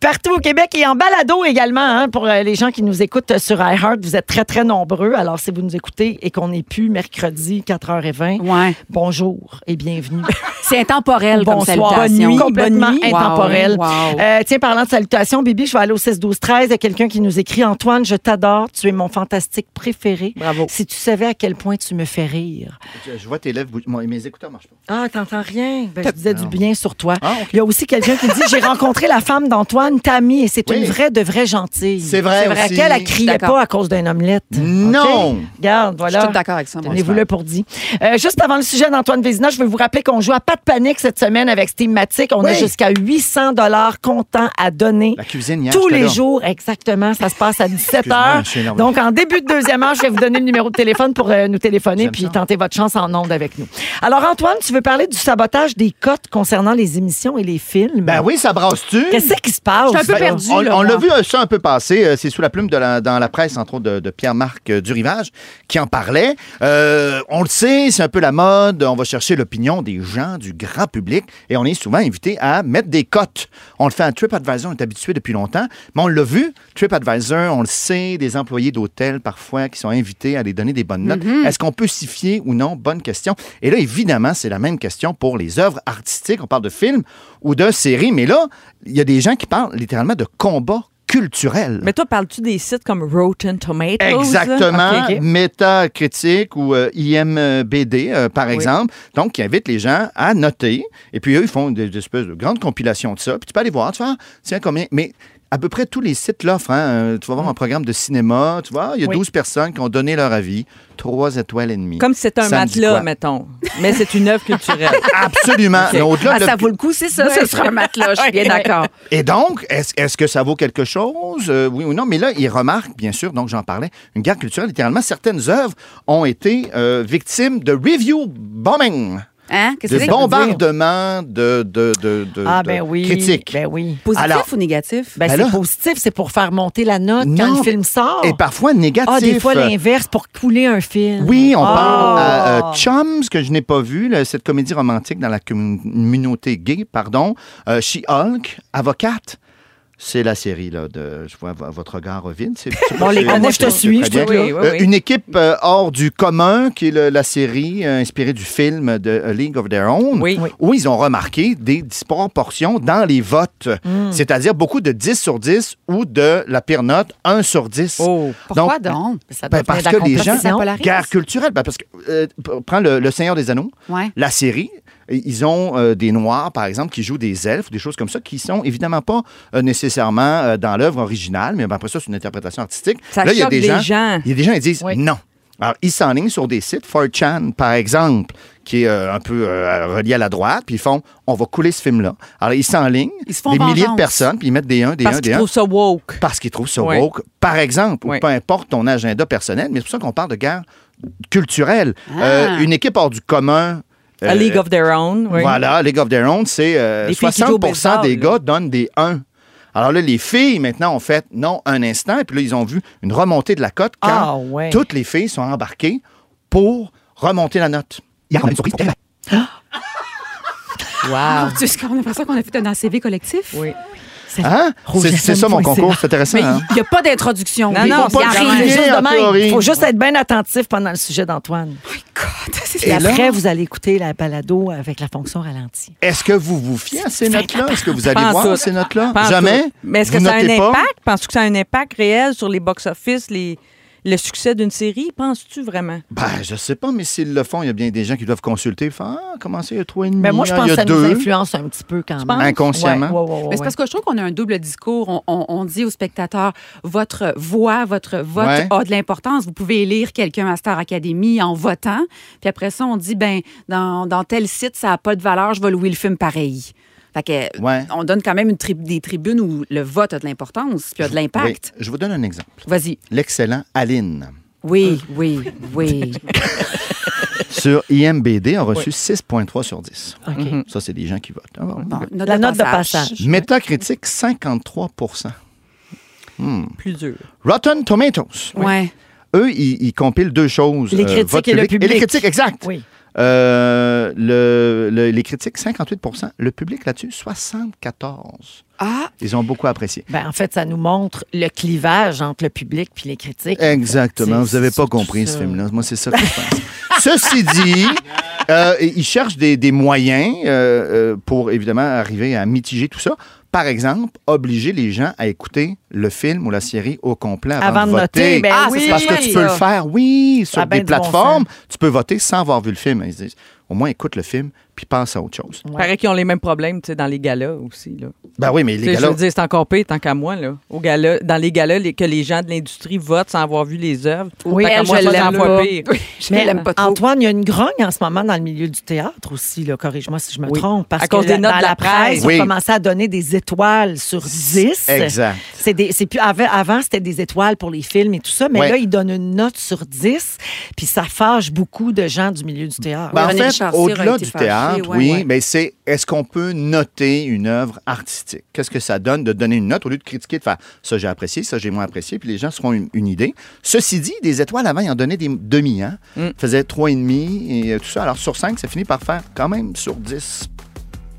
partout au Québec et en balado également hein, pour euh, les gens qui nous écoutent sur iHeart. Vous êtes très, très nombreux. Alors, si vous nous écoutez et qu'on n'est plus mercredi 4h20, bonjour et bienvenue.
C'est intemporel <laughs> comme
Bonsoir.
salutation.
Bonne nuit, complètement
Bonne nuit.
intemporel.
Wow, wow.
Euh, tiens, parlant de salutations, Bibi, je vais aller au 16-12-13. Il y a quelqu'un qui nous écrit Antoine, je t'adore, tu es mon fantastique préféré. Bravo. Si tu savais à quel point tu me fais rire.
Je je vois tes lèvres bouger. Moi, Mes écouteurs marchent pas.
Ah, t'entends rien. Ben, je disais du bien sur toi.
Ah,
Il y a aussi quelqu'un qui dit J'ai rencontré la femme d'Antoine, Tammy, et c'est une vraie de vraie gentille.
C'est vrai
C'est vrai
aussi.
qu'elle, elle criait
D'accord.
pas à cause d'un omelette.
Non.
OK? Regarde, voilà.
Je suis toute d'accord avec ça, moi.
Tenez-vous le pour dit. Euh, juste avant le sujet d'Antoine Vézina, je veux vous rappeler qu'on joue à pas de panique cette semaine avec Steamatic. On a
Oui.
jusqu'à 800 dollars comptant à donner.
La cuisine, hier,
Tous
j'étais
les
là.
jours, exactement. Ça se passe à 17
Excuse-moi,
h.
je suis énervé.
Donc, en début de deuxième heure, je vais vous donner le numéro de téléphone pour euh, nous téléphoner puis tenter votre chance en onde avec nous. Alors, Antoine, tu veux parler du sabotage des cotes concernant les émissions et les films?
Ben oui, ça brasse-tu?
Qu'est-ce qui se passe?
Ben, On, on l'a vu euh, ça un peu passer. euh, C'est sous la plume de la- dans la presse, entre autres, de, de Pierre-Marc euh, Durivage, qui en parlait. Euh, on le sait, c'est un peu la mode. On va chercher l'opinion des gens, du grand public, et on est souvent invité à mettre des cotes. On le fait à TripAdvisor, on est habitué depuis longtemps, mais on l'a vu. TripAdvisor, on le sait, des employés d'hôtels parfois qui sont invités à aller donner des bonnes notes.
Mhm.
Est-ce qu'on peut s'y fier ou non? Bonne question. Et là, évidemment, c'est la même question pour les œuvres artistiques. On parle de films ou de séries, mais là, il y a des gens qui parlent littéralement de combat culturel.
Mais toi, parles-tu des sites comme Rotten Tomatoes? là?
Exactement.
Ok, ok.
Métacritique ou euh, IMBD, euh, par exemple. Donc, qui invite les gens à noter. Et puis, eux, ils font des, des espèces de grandes compilations de ça. Puis, tu peux aller voir, tu vois, tiens, combien. Mais à peu près tous les sites l'offrent. hein. Euh, Tu vas voir un programme de cinéma, tu vois, il y a
Mm. Oui.
12 personnes qui ont donné leur avis. Trois étoiles et demie.
Comme si c'était un
Ça me dit
matelas,
quoi?
mettons. Mais c'est une œuvre culturelle.
Absolument.
<laughs> Ok.
Mais au-delà de
Ah, ça
l'op-
vaut le coup,
c'est <laughs> ça, ce sera un matelas, je suis bien d'accord.
Et donc, est-ce est-ce que ça vaut quelque chose, euh, oui ou non? Mais là, il remarque, bien sûr, donc j'en parlais, une guerre culturelle, littéralement, certaines œuvres ont été euh, victimes de review bombing.
Hein? Qu'est-ce que
de
c'est que ça veut dire?
bombardement de, de, de, de-
Ah,
de
ben oui.
critiques.
Ben oui.
Positif
Alors-
ou négatif?
Ben,
euh, Ben
c'est
là-
positif, c'est pour faire monter la note quand
Non.
le film sort.
Et parfois négatif.
Ah, des fois l'inverse pour couler un film.
Oui, ben, on
Ah.
parle à euh, Chums, que je n'ai pas vu, là, cette comédie romantique dans la commun- communauté gay, pardon. Euh, She-Hulk, Avocate. C'est la série, là, de. Je vois vo- votre regard vide. c'est- je sais pas
On
si-
les connaît, je te
c'est
suis,
très
je te
bien.
suis.
Euh, Une équipe euh, hors du commun, qui est le- la série euh, inspirée du film de A League of Their Own, où ils ont remarqué des disproportions dans les votes.
Mm.
C'est-à-dire beaucoup de 10 sur 10 ou de la pire note, 1 sur 10.
Oh,
Pourquoi donc? Ça doit
Ben, parce
venir de
que
la
les gens.
compétition. Ça polarise.
Guerre culturelle. ben, parce que, euh, p- prends le, le Seigneur des Anneaux,
Ouais.
la série. et Ils ont euh, des Noirs, par exemple, qui jouent des elfes, des choses comme ça, qui sont évidemment pas euh, nécessairement euh, dans l'œuvre originale, mais ben, après ça, c'est une interprétation artistique.
Ça
Là, il y a
choque
des
les
gens.
gens.
Il y a des gens qui disent non. Alors, ils s'enlignent sur des sites, 4chan, par exemple, qui est euh, un peu euh, relié à la droite, puis ils font on va couler ce film-là. Alors, ils s'enlignent,
Ils se font
des milliers de
vengeance.
personnes, puis ils mettent des 1, des 1, des 1.
Parce qu'ils trouvent ça woke.
Parce qu'ils trouvent ça
Ouais.
woke, par exemple,
Ouais.
ou peu importe ton agenda personnel, mais c'est pour ça qu'on parle de guerre culturelle.
Ah.
Euh, une équipe hors du commun.
A League of Their Own, oui.
Euh, Voilà, League of Their Own, c'est euh,
Les filles qui jouent au
60
baseball,
des
là.
gars donnent des 1. Alors là, les filles, maintenant, ont fait non un instant, et puis là, ils ont vu une remontée de la cote quand
Ah, ouais.
toutes les filles sont embarquées pour remonter la note. Il y a une surprise.
Ah!
Ah! Mon Dieu, c'est comme- on a l'impression qu'on a fait un ACV collectif.
Oui.
Hein? C'est c'est ça mon concours, c'est intéressant.
Mais
hein?
il n'y a pas d'introduction.
Non,
Il
non,
faut pas
c'est
le
arrivé
dire.
juste de
en
même.
théorie.
faut juste être bien attentif pendant le sujet d'Antoine.
Oh
Et
Et là-
après, vous allez écouter la balado avec la fonction ralentie.
Est-ce que vous vous fiez à ces notes-là? Est-ce que vous allez
Pas en
voir
tout.
ces notes-là?
Pas en
Jamais?
tout. Mais est-ce que
Vous
ça a un
notez pas?
impact? Penses-tu que ça a un impact réel sur les box-office, les- le succès d'une série? Penses-tu vraiment?
Ben, je sais pas, mais s'ils le font, il y a bien des gens qui doivent consulter. Ils font, Ah, comment ça, il y a trois et demi,
Mais Ben, moi, je
ah,
pense
il y
que
a
ça
deux.
nous influence un petit peu quand même.
Inconsciemment.
Ouais, ouais, ouais, ouais,
Mais c'est
ouais.
parce que je trouve qu'on a un double discours. On, on- on dit aux spectateurs, votre voix, votre vote
Ouais.
a de l'importance. Vous pouvez élire quelqu'un à Star Academy en votant. Puis après ça, on dit, ben dans, dans tel site, ça n'a pas de valeur, je vais louer le film pareil. Fait que,
Ouais.
on donne quand même une tri- des tribunes où le vote a de l'importance puis a de
Oui,
l'impact.
je vous donne un exemple.
Vas-y.
L'excellent Aline.
Oui, oui, oui.
Sur IMBD, a reçu 6,3 sur 10.
Hmm.
Ça, c'est des gens qui votent. Ah, bon.
Bon,
La note de passage.
Métacritique, 53 Hmm.
Plus dur.
Rotten Tomatoes.
Ouais.
Eux, ils, ils compilent deux choses.
Les
euh,
critiques
vote
et le
Et les
public.
critiques, exact.
Oui.
Euh, le- le- les critiques, 58 Le public là-dessus, 74
Ah,
Ils ont beaucoup apprécié.
Ben, en fait, ça nous montre le clivage entre le public puis les critiques.
Exactement.
C'est-
Vous n'avez pas
c'est
compris ce
tout ça.
film-là. Moi, c'est ça que je pense. <laughs> Ceci dit, euh, ils cherchent des, des moyens euh, euh, pour, évidemment, arriver à mitiger tout ça. Par exemple, obliger les gens à écouter le film ou la série au complet avant,
Avant de noter, ben
Ah,
oui,
c'est parce que
oui,
tu peux le
ça.
faire, oui, sur
Ah, ben
des
du bon
plateformes. tu peux voter sans avoir vu le film. Ils disent, au moins, écoute le film, puis passe à autre chose.
Ouais.
Paraît qu'ils ont les mêmes problèmes tu sais, dans les galas aussi. Là.
Ben oui, mais
Tu sais,
les
Je
gars
veux dire, c'est encore pire tant qu'à moi. Là. Au gala, dans les galas, les- que les gens de l'industrie votent sans avoir vu les œuvres.
Oui,
Tant qu'à
elle,
moi,
je
ça,
l'aime
j'en vois
pas.
pire.
je l'aime pas trop.
Antoine, il y a une grogne en ce moment dans le milieu du théâtre aussi. là. Corrige-moi si je me
Oui.
trompe. Parce
À cause
que
des
la-
notes
dans
de la presse.
on
Oui.
commençait à donner des étoiles sur 10.
Exact.
C'est des- c'est plus, avant, avant, c'était des étoiles pour les films et tout ça, mais
Ouais.
là, ils donnent une note sur 10, puis ça fâche beaucoup de gens du milieu du théâtre.
Ben, en
Véronique
fait,
Chartier aurait
au-delà
été
du
fâchée,
théâtre,
ouais,
oui,
ouais.
mais c'est est-ce qu'on peut noter une œuvre artistique? Qu'est-ce que ça donne de donner une note au lieu de critiquer, de faire ça j'ai apprécié, ça j'ai moins apprécié, puis les gens seront une, une idée. Ceci dit, des étoiles avant, ils en donnaient des demi, hein? faisaient trois et demi et euh, tout ça. Alors sur cinq, ça finit par faire quand même sur 10.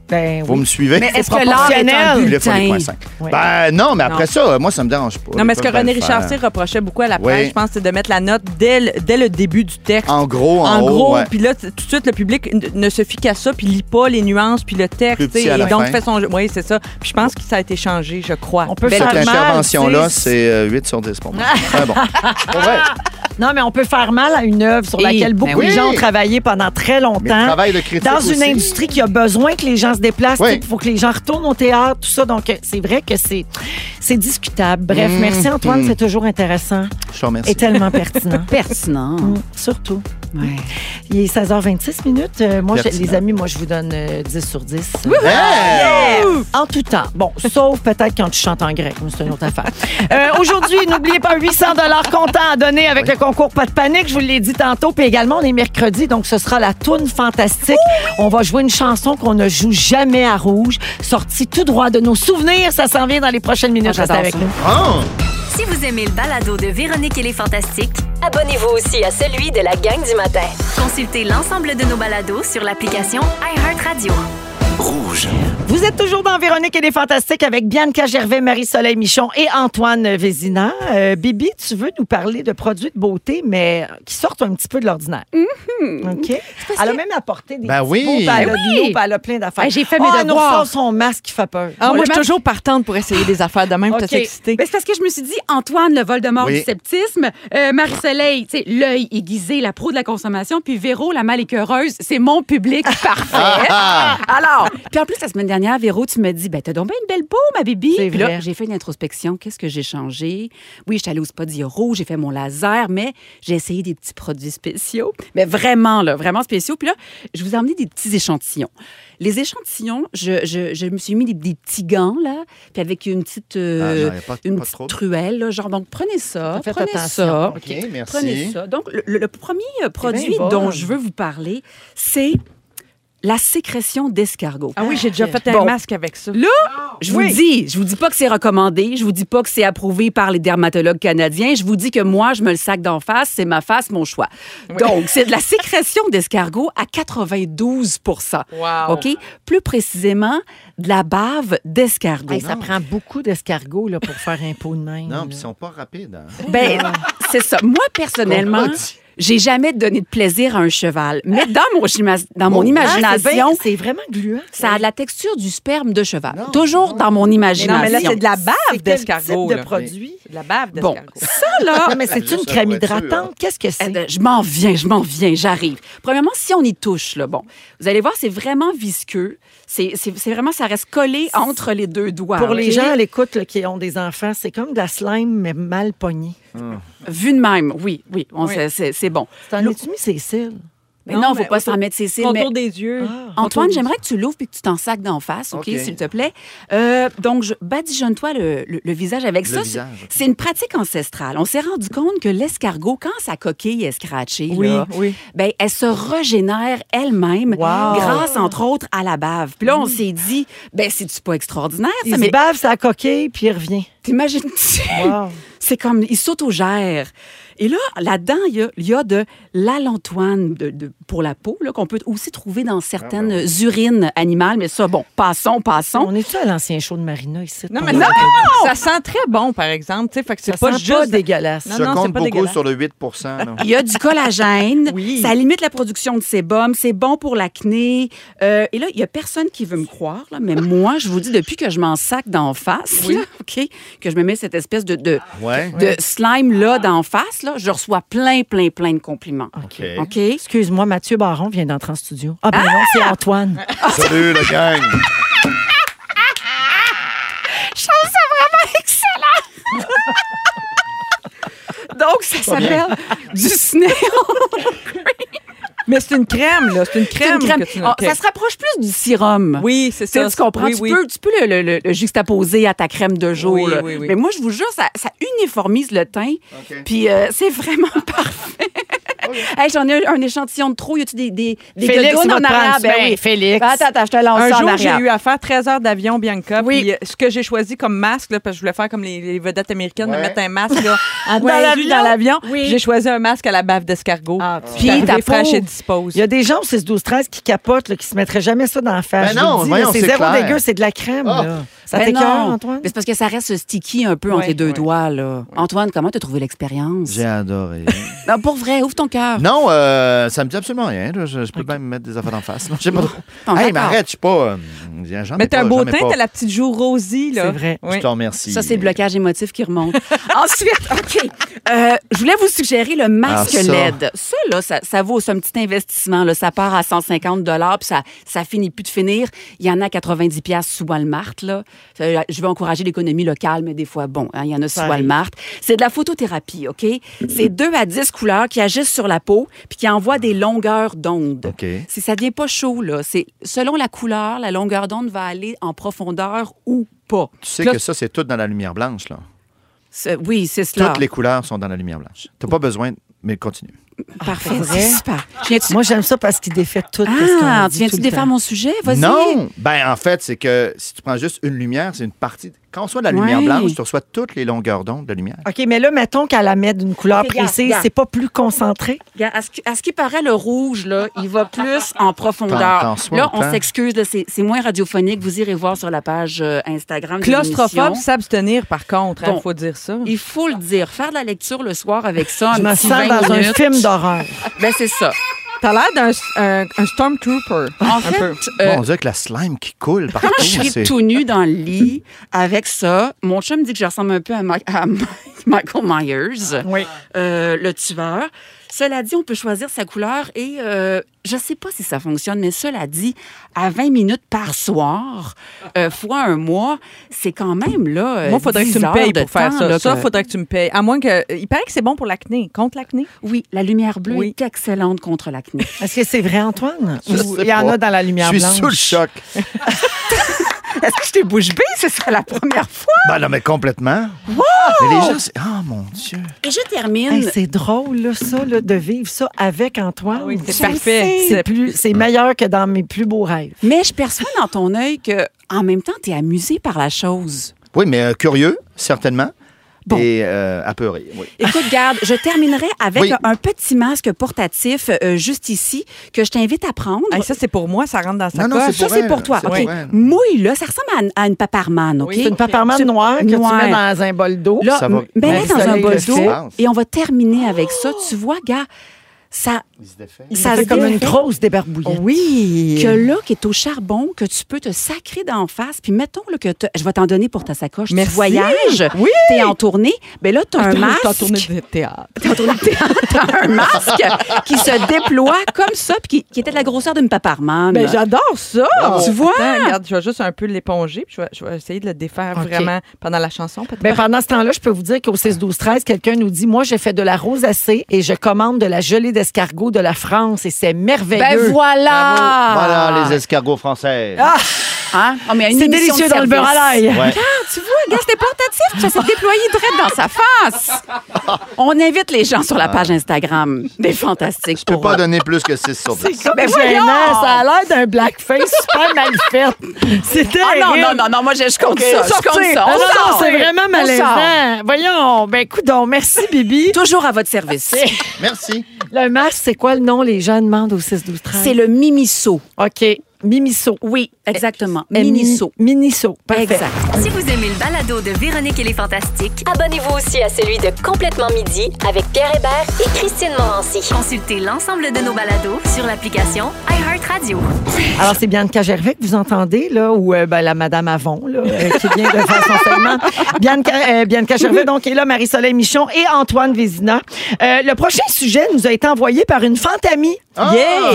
Ben,
Vous me suivez?
Mais est-ce
C'est
que l'art est un
proportionnel.
Ils le font des
bulletin?
points cinq.
Ouais.
Ben non, mais après
Non.
ça, moi, ça me dérange pas.
Non, mais
Ils
ce que
peuvent
René
bien le faire.
Richard reprochait beaucoup à la
Oui.
presse, je pense, c'est de mettre la note dès le, dès le début du texte.
En gros, en, haut,
gros,
ouais.
puis là, t- tout de suite, le public n- ne se fie qu'à ça, puis lit pas les nuances, puis le
Plus
texte.
petit
tu sais,
à
Et
la
donc,
fin.
fait son jeu. Oui, c'est ça. Puis je pense que ça a été changé, je crois.
On peut
Belle-
faire
cette
mal,
intervention-là,
tu sais.
c'est euh, 8 sur 10 pour moi. Très
<laughs>
bon. Pour vrai.
Non, mais on peut faire mal à une œuvre sur
Et-
laquelle
ben
beaucoup
Eh, oui.
de gens ont travaillé pendant très
Mais
longtemps.
travail de critique
dans une
aussi.
industrie qui a besoin que les gens se déplacent,
Oui.
il faut que les gens retournent au théâtre, tout ça. Donc, euh, c'est vrai que c'est c'est discutable.
Mm,
Bref, merci Antoine, c'est toujours intéressant
Je te remercie.
et
<laughs>
tellement pertinent.
Pertinent.
Mm, Surtout.
Ouais.
Il est 16h26 minutes. Euh, moi, je-
Pertinent.
les amis, moi, je vous donne euh, 10 sur 10.
Hey!
En tout temps. Bon, sauf peut-être quand tu chantes en grec, mais c'est une autre affaire. Euh, Aujourd'hui, n'oubliez pas 800 dollars comptant à donner avec le concours Pas de panique. Je vous l'ai dit tantôt. Puis également, on est mercredi, donc ce sera la toune fantastique. On va jouer une chanson qu'on ne joue jamais à rouge, sortie tout droit de nos souvenirs. Ça s'en vient dans les prochaines minutes.
Ah,
Restez
j'adore
avec
ça.
nous.
Si vous aimez le balado de Véronique et les Fantastiques, abonnez-vous aussi à celui de la gang du matin. Consultez l'ensemble de nos balados sur l'application iHeartRadio.
Vous êtes toujours dans Véronique et les Fantastiques avec Bianca Gervais, Marie-Soleil Michon et Antoine Vézina. Euh, Bibi, tu veux nous parler de produits de beauté, mais qui sortent un petit peu de l'ordinaire. OK? Elle a même apporté des
Ben
petits
oui.
pots, puis elle
Ben
a de l'eau, puis elle a plein d'affaires.
Ben, j'ai fait mes
Ah,
devoirs.
nous sort son masque qui fait peur.
Ah, moi, je suis
Moi,
toujours partante pour essayer des affaires de même,
Ok.
t'as excité.
Ben, c'est parce que je me suis dit, Antoine, le Voldemort
Oui.
du sceptisme, euh, Marie-Soleil, tu sais, l'œil aiguisé, la pro de la consommation, puis Véro, la mal écœureuse, c'est mon
<laughs>
public parfait. Alors, puis en plus, la semaine dernière, Véro, tu me dis, ben, t'as donc bien une belle peau, ma bibi.
C'est
Puis là,
vrai.
j'ai fait une introspection. Qu'est-ce que j'ai changé? Oui, je suis allée au spa d'Hiro, j'ai fait mon laser, mais j'ai essayé des petits produits spéciaux. Mais vraiment, là, vraiment spéciaux. Puis là, je vous ai emmené des petits échantillons. Les échantillons, je, je- je me suis mis des, des petits gants, là, puis avec une petite, euh,
Ah, j'en ai pas-
une
pas de
petite
trouble.
truelle, là, genre, donc prenez ça,
Faites
prenez
attention.
ça.
OK, merci.
Prenez ça. Donc, le, le premier euh, produit
bonne.
dont je veux vous parler, c'est la sécrétion d'escargot.
Ah oui, j'ai déjà fait
Bon.
un masque avec ça.
Je vous
Oui.
dis, je vous dis pas que c'est recommandé, je vous dis pas que c'est approuvé par les dermatologues canadiens, je vous dis que moi, je me le sac d'en face, c'est ma face, mon choix. Donc, c'est de la sécrétion d'escargot à 92
Wow.
OK? Plus précisément, de la bave d'escargot.
Hey, ça prend beaucoup d'escargots là, pour faire un pot de main.
Non, puis ils sont pas rapides. hein.
Ben, c'est ça. Moi, personnellement,
Qu'on l'a dit.
j'ai jamais donné de plaisir à un cheval. Mais dans mon, chima- dans mon imagination,
hein, Ah, c'est vraiment gluant.
ça a de la texture du sperme de cheval. Toujours dans mon imagination.
non, mais là, c'est de la
C'est
bave
quel
d'escargot.
type de
là.
produit?
C'est de la bave
Bon,
d'escargot.
ça, là...
Non, mais c'est une
juste
crème
la voiture,
hydratante. Qu'est-ce que c'est?
Eh ben, je m'en viens, je m'en viens, j'arrive. Premièrement, si on y touche, là, bon, vous allez voir, c'est vraiment visqueux. C'est c'est- c'est vraiment, ça reste collé entre les deux doigts.
Pour les
OK?
gens à l'écoute là, qui ont des enfants, c'est comme de la slime, mais mal pognée.
Vu de même, oui, oui, on- c'est- c'est c'est bon.
T'en
L'eau-
as-tu mis, Cécile?
Mais non, faut pas s'en mettre, Cécile. mais-
Contour des yeux.
Ah.
Antoine, j'aimerais que tu l'ouvres et que tu t'en sacs d'en face, OK,
OK.
s'il te plaît. Euh, donc, je badigeonne-toi le, le- le visage avec
Le
ça.
visage,
C'est-
OK.
C'est une pratique ancestrale. On s'est rendu compte que l'escargot, quand sa coquille est scratchée,
Oui,
là,
oui.
ben, elle se régénère elle-même grâce, entre autres, à la bave. Puis là, on s'est dit, ben, c'est-tu pas extraordinaire, ça?
Il
Mais
se bave, ça a coquille, puis il revient.
t'imagines-tu?
Wow.
C'est comme, il s'autogère. Et là, là-dedans, il y a- il y, a de l'alantoine de, de- pour la peau, là, qu'on peut aussi trouver dans certaines urines animales. Mais ça, bon, passons, passons.
On est-tu à l'ancien show de Marina ici?
Non, mais
Pendant-
non! Ça sent très bon, par exemple. tu sais, Fait que c'est
Ça
pas
sent pas
juste.
dégueulasse.
Non,
Je
non, c'est
compte
pas
beaucoup
dégueulasse.
sur le 8
<laughs>
là.
Il y a du collagène,
Oui.
ça limite la production de sébum, c'est bon pour l'acné. Euh, et là, il y a personne qui veut me croire, là, mais moi, je vous dis, depuis que je m'en sac d'en face, là, OK, que je me mets cette espèce de, de,
Ouais.
de slime-là d'en face, là, je reçois plein, plein, plein de compliments.
OK.
OK?
Excuse-moi, Mathieu Baron vient d'entrer en studio. Ah ben non, c'est Antoine.
Ah,
Salut, le gang.
Donc, ça <laughs> s'appelle du snail.
Mais c'est une crème, là. C'est une crème.
C'est une crème.
que tu-
Ah,
OK.
Ça se rapproche plus du sérum.
Oui, c'est
Tu sais,
ça.
tu comprends,
Oui,
tu,
oui.
Peux, tu peux le, le- le- le juxtaposer à ta crème de jour.
Oui,
là.
oui, oui.
Mais moi, je vous jure, ça, ça uniformise le teint. Puis euh, c'est vraiment <laughs> parfait. Hey, J'en ai un, un échantillon de trop. Y a-tu des, des, des
Félix
godounes
va
en
te prendre
arabe?
ce
Ben
bain,
oui.
Félix.
Ben, attends, attends, je te lance
Un
ça en
jour, j'ai
arabe.
eu à faire 13 heures d'avion, Bianca.
Oui.
Puis euh, ce que j'ai choisi comme masque, là, parce que je voulais faire comme les, les vedettes américaines, me
Ouais.
mettre un masque <laughs> là, en- dans
Ouais.
l'avion. dans l'avion.
Oui.
J'ai choisi un masque à la bave d'escargot.
Ah, tu-
Puis
Puis ta
ta fraîche
peau.
et dispose.
Il y a des gens au 6 12 13 qui capotent, là, qui se mettraient jamais ça dans la face.
Ben
Je vous
non,
le dis,
voyons,
là, c'est
c'est
zéro
clair.
dégueu, c'est de la crème.
Ah.
là. Ça
Ben
t'écœure,
non.
Antoine?
Mais C'est parce que ça reste sticky un peu entre
Ouais,
les deux
ouais.
doigts. Là. Antoine, comment t'as trouvé l'expérience?
J'ai adoré.
Non, pour vrai, ouvre ton cœur.
Non, euh, ça me dit absolument rien. là. Je, je peux même mettre des affaires en face. là. Je sais pas
Bon,
trop. Hey, mais
d'accord.
arrête, je suis pas. euh, j'en ai
Mais t'as
pas,
un beau
j'en ai
teint,
pas.
t'as la petite joue rosie. là.
C'est vrai.
Oui.
Je te remercie.
Ça, c'est le blocage émotif
<laughs>
qui remonte. Ensuite, OK. euh, je voulais vous suggérer le masque
Ah, ça.
LED. Ça, là, ça, ça vaut ça, un petit investissement. Là. Ça part à 150 puis ça, ça finit plus de finir. Il y en a à 90 sous Walmart. Là. Ça, Je veux encourager l'économie locale, mais des fois, bon, hein, il y en a sous Walmart. C'est de la photothérapie, OK? C'est
Mm.
2 à 10 couleurs qui agissent sur la peau puis qui envoient des longueurs d'onde.
OK.
Si ça devient pas chaud, là, c'est selon la couleur, la longueur d'onde va aller en profondeur ou pas.
Tu sais
Puis là,
que ça, c'est tout dans la lumière blanche. là.
c'est- Oui, c'est cela.
Toutes les couleurs sont dans la lumière blanche. T'as pas besoin, de- mais continue.
Ah, Parfait,
vrai?
c'est super. Viens-tu-
Moi, j'aime ça parce qu'il défait tout. qu'est-ce qu'on
Ah,
dit tout
tu viens-tu
le
défaire
temps.
mon sujet? Vas-y.
Non! Ben, en fait, c'est que si tu prends juste une lumière, c'est une partie. Quand on reçoit de la lumière
Ouais.
blanche, tu reçois toutes les longueurs d'onde de lumière.
OK, mais là, mettons qu'elle la met d'une couleur
Ok, regarde,
précise,
regarde.
c'est pas plus concentré?
Regarde, À ce, qui- à ce qui paraît, le rouge, là, il va plus en profondeur.
T'en- t'en sois
là,
autant.
on s'excuse, là, c'est c'est moins radiophonique. Vous irez voir sur la page euh, Instagram. de
Claustrophobe,
l'émission.
s'abstenir, par contre. Il
Bon.
faut dire ça.
Il faut le dire. Faire de la lecture le soir avec ça, un
Je me
petit
sens
20
dans un
minutes,
film d'horreur.
ben, c'est ça.
T'as l'air d'un un- un stormtrooper.
En
un
fait,
peu.
euh,
Bon, on dirait que la slime qui coule partout.
Quand <laughs> je suis
c'est-
tout nu dans le lit avec ça, mon chum me dit que je ressemble un peu à, Ma- à <laughs> Ma- Michael Myers, euh, le tueur. Cela dit, on peut choisir sa couleur et euh, je sais pas si ça fonctionne, mais cela dit, à 20 minutes par soir, euh, fois un mois, c'est quand même là. euh,
Moi, faudrait que tu
10
me
heures
payes
de
pour faire
temps,
ça.
là,
Ça,
que-
faudrait que tu me payes. À moins que. euh, Il paraît que c'est bon pour l'acné. Contre l'acné?
Oui, la lumière bleue
Oui.
est excellente contre l'acné.
Est-ce que c'est vrai, Antoine?
Je
Ou
sais
il y en
pas.
a dans la
Je
lumière
suis
blanche?
sous le choc.
Est-ce que je t'ai bouche bée? C'est ça la première fois.
Ben non, mais complètement. Mais les gens, c'est... Oh mon Dieu.
Et je termine.
Hey, c'est drôle, là, ça, là, de vivre ça avec
Ah
Antoine.
oui, c'est
Je
parfait.
le sais.
C'est-
C'est plus- C'est meilleur que dans mes plus beaux rêves.
Mais je perçois dans ton œil que, en même temps, t'es amusé par la chose.
Oui, mais euh, curieux, certainement.
Bon.
Et euh, apeuré, oui.
Écoute, garde, je terminerai avec
Oui.
un petit masque portatif euh, juste ici que je t'invite à prendre.
Ah,
Hey, ça, c'est pour moi. Ça rentre dans sa
Non, non,
coche.
c'est
Ah, ça,
pour
c'est
elle,
pour toi.
c'est
OK.
pour elle.
Mouille-le. Ça ressemble à, à une paparmane, OK?
Oui,
C'est une paparmane noire que
Noire.
tu mets dans un bol d'eau.
Là,
Ça va-
m- mets-la
Ouais,
dans
ça
un
fait
bol
qu'est-ce qui se
d'eau
passe?
et on va terminer avec ça. Tu vois, gars, ça, ça
C'est comme
défait
une grosse débarbouillette.
Oui. Que là, qui est au charbon, que tu peux te sacrer d'en face. Puis mettons là, que t'as- je vais t'en donner pour ta sacoche.
Merci.
Tu voyages,
Oui.
t'es en tournée. Mais là, t'as un
Attends, je t'en
masque.
tourne de théâtre.
T'as en tournée de théâtre, t'as un masque qui se déploie comme ça, puis qui, qui était de la grosseur d'une paparmane.
Ben, j'adore ça!
Bravo.
Tu vois?
Attends,
regarde, je vais juste un peu l'éponger, puis je vais, essayer de le défaire
vraiment
vraiment pendant la chanson, peut-être.
Ben, pendant ce temps-là, je peux vous dire qu'au 6 12 13 quelqu'un nous dit moi j'ai fait de la rosacée et je commande de la gelée escargots de la France et c'est merveilleux.
Ben voilà!
Voilà les escargots français.
Ah!
Hein? Ah, mais une
C'est
émission
délicieux
de
dans le beurre à l'ail.
service.
Ouais.
Regarde, Ah, tu vois, regarde, c'était portatif, puis ça s'est déployé direct dans sa face. On invite les gens sur la page Instagram des Fantastiques.
Je peux
pour,
pas
euh,
donner plus que 6 sur 10.
Comme
voyons!
gênant, ça a l'air d'un blackface super mal fait. C'était
Ah non, non, non, non, moi, je, je compte ça. Je compte ça. On
non, non,
sort.
c'est vraiment
On sort.
malaisant. Voyons, ben donc, merci Bibi.
Toujours à votre service.
Merci.
Le masque, c'est quoi le nom? Les gens demandent au 6 12 13
C'est le mimiso.
OK, Mimiso.
Oui, exactement.
Mais
Miniso.
mi- Miniso, parfait.
Exact.
Si vous aimez le balado de Véronique et les Fantastiques, abonnez-vous aussi à celui de Complètement Midi avec Pierre Hébert et Christine Morancy. Consultez l'ensemble de nos balados sur l'application iHeartRadio.
Alors, c'est Bianca Gervais que vous entendez, là, ou euh, ben, la Madame Avon, là, euh, qui vient de faire son segment. Bianca, euh, Bianca Gervais, donc, est là, Marie-Soleil Michon et Antoine Vézina. Euh, le prochain sujet nous a été envoyé par une fantamie.
Ah!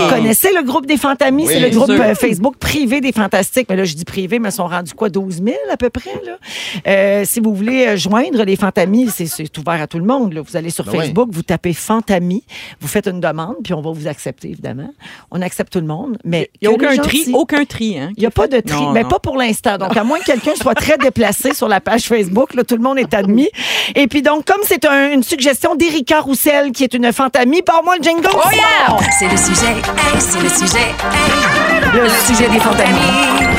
Vous connaissez le groupe des fantamies?
Oui,
c'est le
bien
groupe
sûr.
euh, Facebook privé des fantastiques. Mais là, je dis privé, mais ils sont rendus quoi, 12 000 à peu près? Là? Euh, si vous voulez euh, joindre les fantamies, c'est- c'est ouvert à tout le monde. là. Vous allez sur
Ben oui.
Facebook, vous tapez fantamies, vous faites une demande, puis on va vous accepter, évidemment. On accepte tout le monde, mais
Il n'y a
que les
aucun
gens
tri,
disent-
aucun tri. Hein,
Il n'y a pas de tri,
Non,
mais
non.
pas pour l'instant. Donc, à moins que quelqu'un soit très déplacé sur la page Facebook, là, tout le monde est admis. Et puis, donc, comme c'est un- une suggestion d'Erika Roussel, qui est une fantamie, pars-moi le jingle!
Oh,
Oh
C'est le sujet, hey, c'est le sujet, hey. le, sujet des fantamies.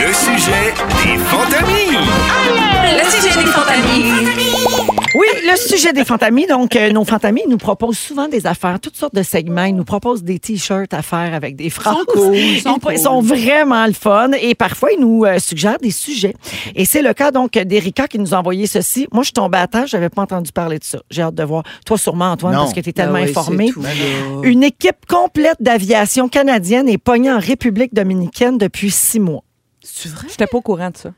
Le sujet des fantamis.
Le sujet des fantamies.
Oui, le sujet des fantamies. Donc, euh, nos fantamies ils nous proposent souvent des affaires, toutes sortes de segments. Ils nous proposent des t-shirts à faire avec des phrases. Ils,
sont
ils sont vraiment le fun. Et parfois, ils nous euh, suggèrent des sujets. Et c'est le cas, donc, d'Erika qui nous a envoyé ceci. Moi, je suis tombée à terre. Je n'avais pas entendu parler de ça. J'ai hâte de voir. Toi, sûrement, Antoine,
Non.
parce que tu es tellement
Ah ouais,
informé.
c'est tout, là.
Une équipe complète d'aviation canadienne est pognée en République dominicaine depuis six mois.
C'est vrai? J'étais pas au courant de ça.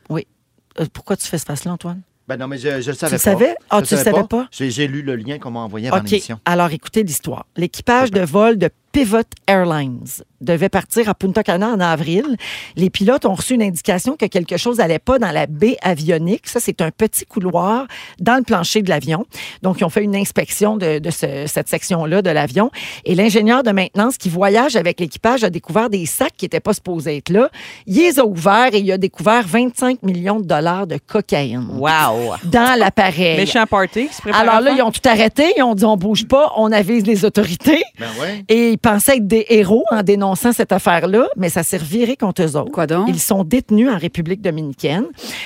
Euh, pourquoi tu fais ce face-là, Antoine?
Ben non, mais je, je le savais
Tu
pas.
le savais? Ah,
Je
tu le savais pas?
J'ai j'ai lu le lien qu'on m'a envoyé avant
OK.
l'émission.
Alors, écoutez l'histoire. L'équipage de vol de Pivot Airlines devait partir à Punta Cana en avril. Les pilotes ont reçu une indication que quelque chose n'allait pas dans la baie avionique. Ça, c'est un petit couloir dans le plancher de l'avion. Donc, ils ont fait une inspection de, de ce- cette section-là de l'avion. Et l'ingénieur de maintenance qui voyage avec l'équipage a découvert des sacs qui n'étaient pas supposés être là. Il les a ouverts et il a découvert 25 millions de dollars de cocaïne
Wow!
dans l'appareil.
Méchant party qui se prépare
Alors
à
là,
faire.
ils ont tout arrêté. Ils ont dit on bouge pas, on avise les autorités.
Ben ouais.
Et ils pensaient être des héros en dénonçant cette affaire-là, mais ça s'est reviré contre eux autres.
Quoi donc?
Ils sont détenus en République dominicaine.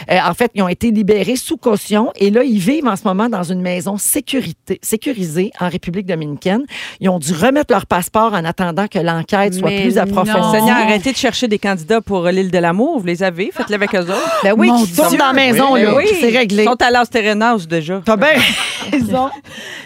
Euh, en fait, ils ont été libérés sous caution et là, ils vivent en ce moment dans une maison sécurité, sécurisée en République dominicaine. Ils ont dû remettre leur passeport en attendant que l'enquête soit
Mais
plus
non.
approfondie.
Seigneur, arrêtez de chercher des candidats pour euh, l'île de l'amour. Vous les avez, faites-le avec eux autres.
Ben oui,
Mon
qui sont
Dieu.
dans la maison,
Oui,
là.
oui.
C'est réglé.
Ils sont à l'As Terrenas déjà.
T'as bien raison.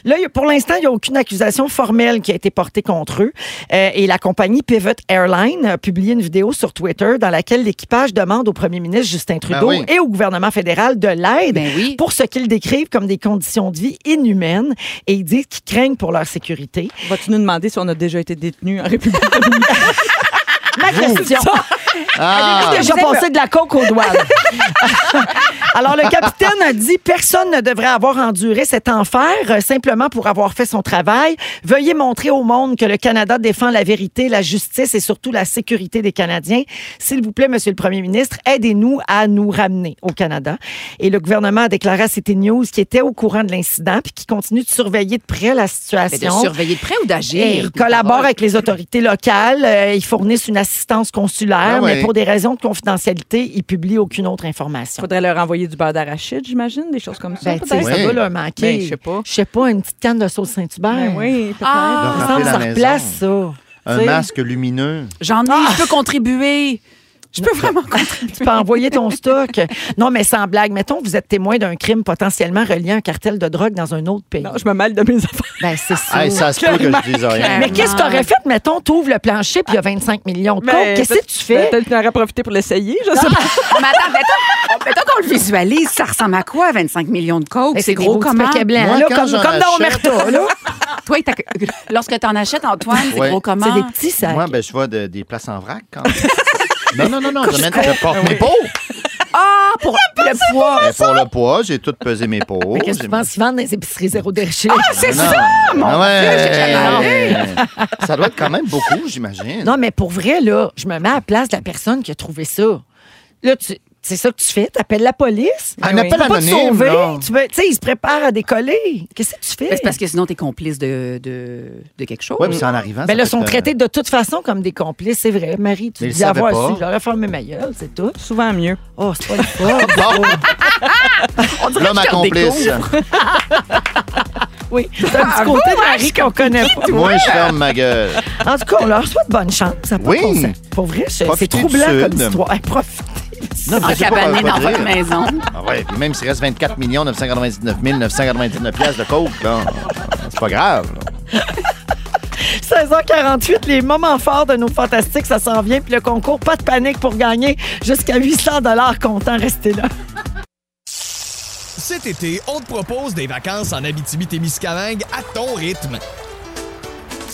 Là, il y a- pour l'instant, il n'y a aucune accusation formelle qui a été portée contre eux. Euh, et la compagnie Pivot Airline a publié une vidéo sur Twitter dans laquelle l'équipage demande au premier ministre Justin Trudeau
oui.
et au gouvernement fédéral de l'aide
Ben oui.
pour ce qu'ils décrivent comme des conditions de vie inhumaines. Et ils disent qu'ils craignent pour leur sécurité.
Vas-tu nous demander si on a déjà été détenus en République dominicaine?
Ma question. <laughs>
Ah,
J'ai déjà passé de la coke aux douanes. <laughs> Alors, le capitaine a dit personne ne devrait avoir enduré cet enfer euh, simplement pour avoir fait son travail. Veuillez montrer au monde que le Canada défend la vérité, la justice et surtout la sécurité des Canadiens. S'il vous plaît, Monsieur le Premier ministre, aidez-nous à nous ramener au Canada. Et le gouvernement a déclaré à CT News qu'il était au courant de l'incident puis qu'il continue de surveiller de près la
Mais de
situation.
surveiller de près ou
Et
d'agir?
ils collaborent avec les autorités locales. euh, ils fournissent une assistance consulaire,
Ah ouais.
mais pour des raisons de confidentialité, ils publient aucune autre information.
Faudrait leur envoyer du beurre d'arachide, j'imagine, des choses comme ça.
Ben, tu sais,
peut-être.
ouais.
Ça va leur manquer.
Ben, je sais pas.
Je sais pas, une petite canne de sauce Saint-Hubert.
Ben oui, peut-être.
Leur
Il me
rappeler
semble que
la
Ah, ça
maison.
replace ça.
Un
T'sais,
masque lumineux.
J'en ai, je peux contribuer. Je peux vraiment contribuer.
Tu peux envoyer
<laughs>
ton stock. Non, mais sans blague. Mettons, vous êtes témoin d'un crime potentiellement relié à un cartel de drogue dans un autre pays.
Non, je me mêle de mes affaires.
Ben, c'est ça.
<laughs> Hey, ça se peut que je dise rien.
Mais qu'est-ce que t'aurais fait? Mettons, t'ouvres le plancher puis il y a
Ah.
25 millions de coke.
Mais
Qu'est-ce que tu fais?
Peut-être que tu en aurais profité pour l'essayer, je sais pas.
Mais attends, mettons, mettons qu'on le visualise, ça ressemble à quoi, 25 millions de coke?
Ben,
c'est
des
gros
beaux petits
comment?
paquets blancs,
Moi,
là,
quand
comme,
j'en
comme dans
achète-
Omerta. là.
Toi, t'as que- lorsque t'en achètes, Antoine, c'est
Ouais.
gros comment?
C'est des petits sacs.
ben,
Moi, ben, je vois de- des places en vrac quand même. non, non, non, non, je, mets- je porte mes pots.
Ah, pour le poids.
Ben,
Mais pour le poids, j'ai tout pesé mes pots.
Mais qu'est-ce que tu penses qu'ils vendent dans les épiceries zéro déchet?
Ah, c'est
Non.
ça, mon
Ah
Dieu, j'ai
ouais.
jamais
<laughs> Ça doit être quand même beaucoup, j'imagine.
Non, mais pour vrai, là, je me mets à la place de la personne qui a trouvé ça. Là, tu. C'est ça que tu fais? T'appelles la police?
Un appel
Tu peux pas te
Ah, anonyme,
sauver?
là.
Tu peux- tu sais, ils se préparent à décoller. Qu'est-ce que tu fais?
Ben, c'est parce que sinon, t'es complice de, de, de quelque chose.
Ouais, puis c'est en arrivant.
Ben
ça
là,
peut
sont
être, euh,
traités de toute façon comme des complices, c'est vrai. Marie, tu
Mais ils
dis
le savaient
avoir
pas.
su, j'aurais fermé ma gueule, c'est tout.
Souvent mieux.
Oh, c'est pas le <laughs> fun.
euh, L'homme accomplice.
Oui, c'est un petit côté de Marie qu'on connaît pas.
Moi, je ferme ma gueule.
En tout cas, on leur souhaite bonne chance. Ça a pas
Oui.
de bon sens. Pour vrai, je- c'est
Profitez du
troublant comme
Sud.
histoire. Hey, profitez.
Non,
En
je sais pas,
cabané
on va
dans
dire.
votre maison.
Ah ouais, puis même s'il reste 24 999 999 piastres de coke, bon, c'est pas grave. là.
16h48, les moments forts de nos fantastiques, ça s'en vient. Puis le concours, pas de panique pour gagner jusqu'à 800 comptant. Restez là.
Cet été, on te propose des vacances en Abitibi-Témiscamingue à ton rythme.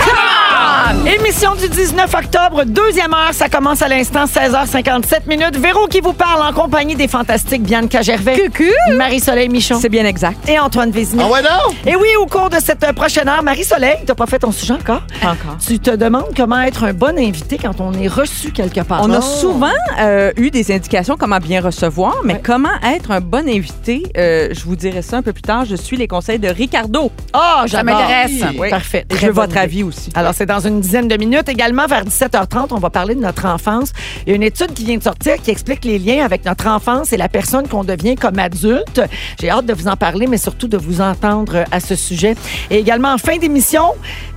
Ah. Émission du 19 octobre, deuxième heure, ça commence à l'instant, 16h57 minutes. Véro qui vous parle en compagnie des fantastiques Bianca Gervais, Marie-Soleil Michon
C'est bien exact.
et Antoine Vézina.
Ah ouais, non?
Et oui, au cours de cette euh, prochaine heure, Marie-Soleil, t'as pas fait ton sujet encore?
Encore.
Tu te demandes comment être un bon invité quand on est reçu quelque part.
On
Non.
a souvent euh, eu des indications comment bien recevoir, mais comment être un bon invité, euh, je vous dirai ça un peu plus tard. Je suis les conseils de Ricardo.
Ah, j'adore.
m'intéresse.
Oui. Parfait.
Et
Très
je veux
bonne
votre
idée.
avis aussi.
Alors, c'est dans une dizaine de minutes. Également, vers 17h30, on va parler de notre enfance. Il y a une étude qui vient de sortir qui explique les liens avec notre enfance et la personne qu'on devient comme adulte. J'ai hâte de vous en parler, mais surtout de vous entendre euh, à ce sujet. Et également, en fin d'émission,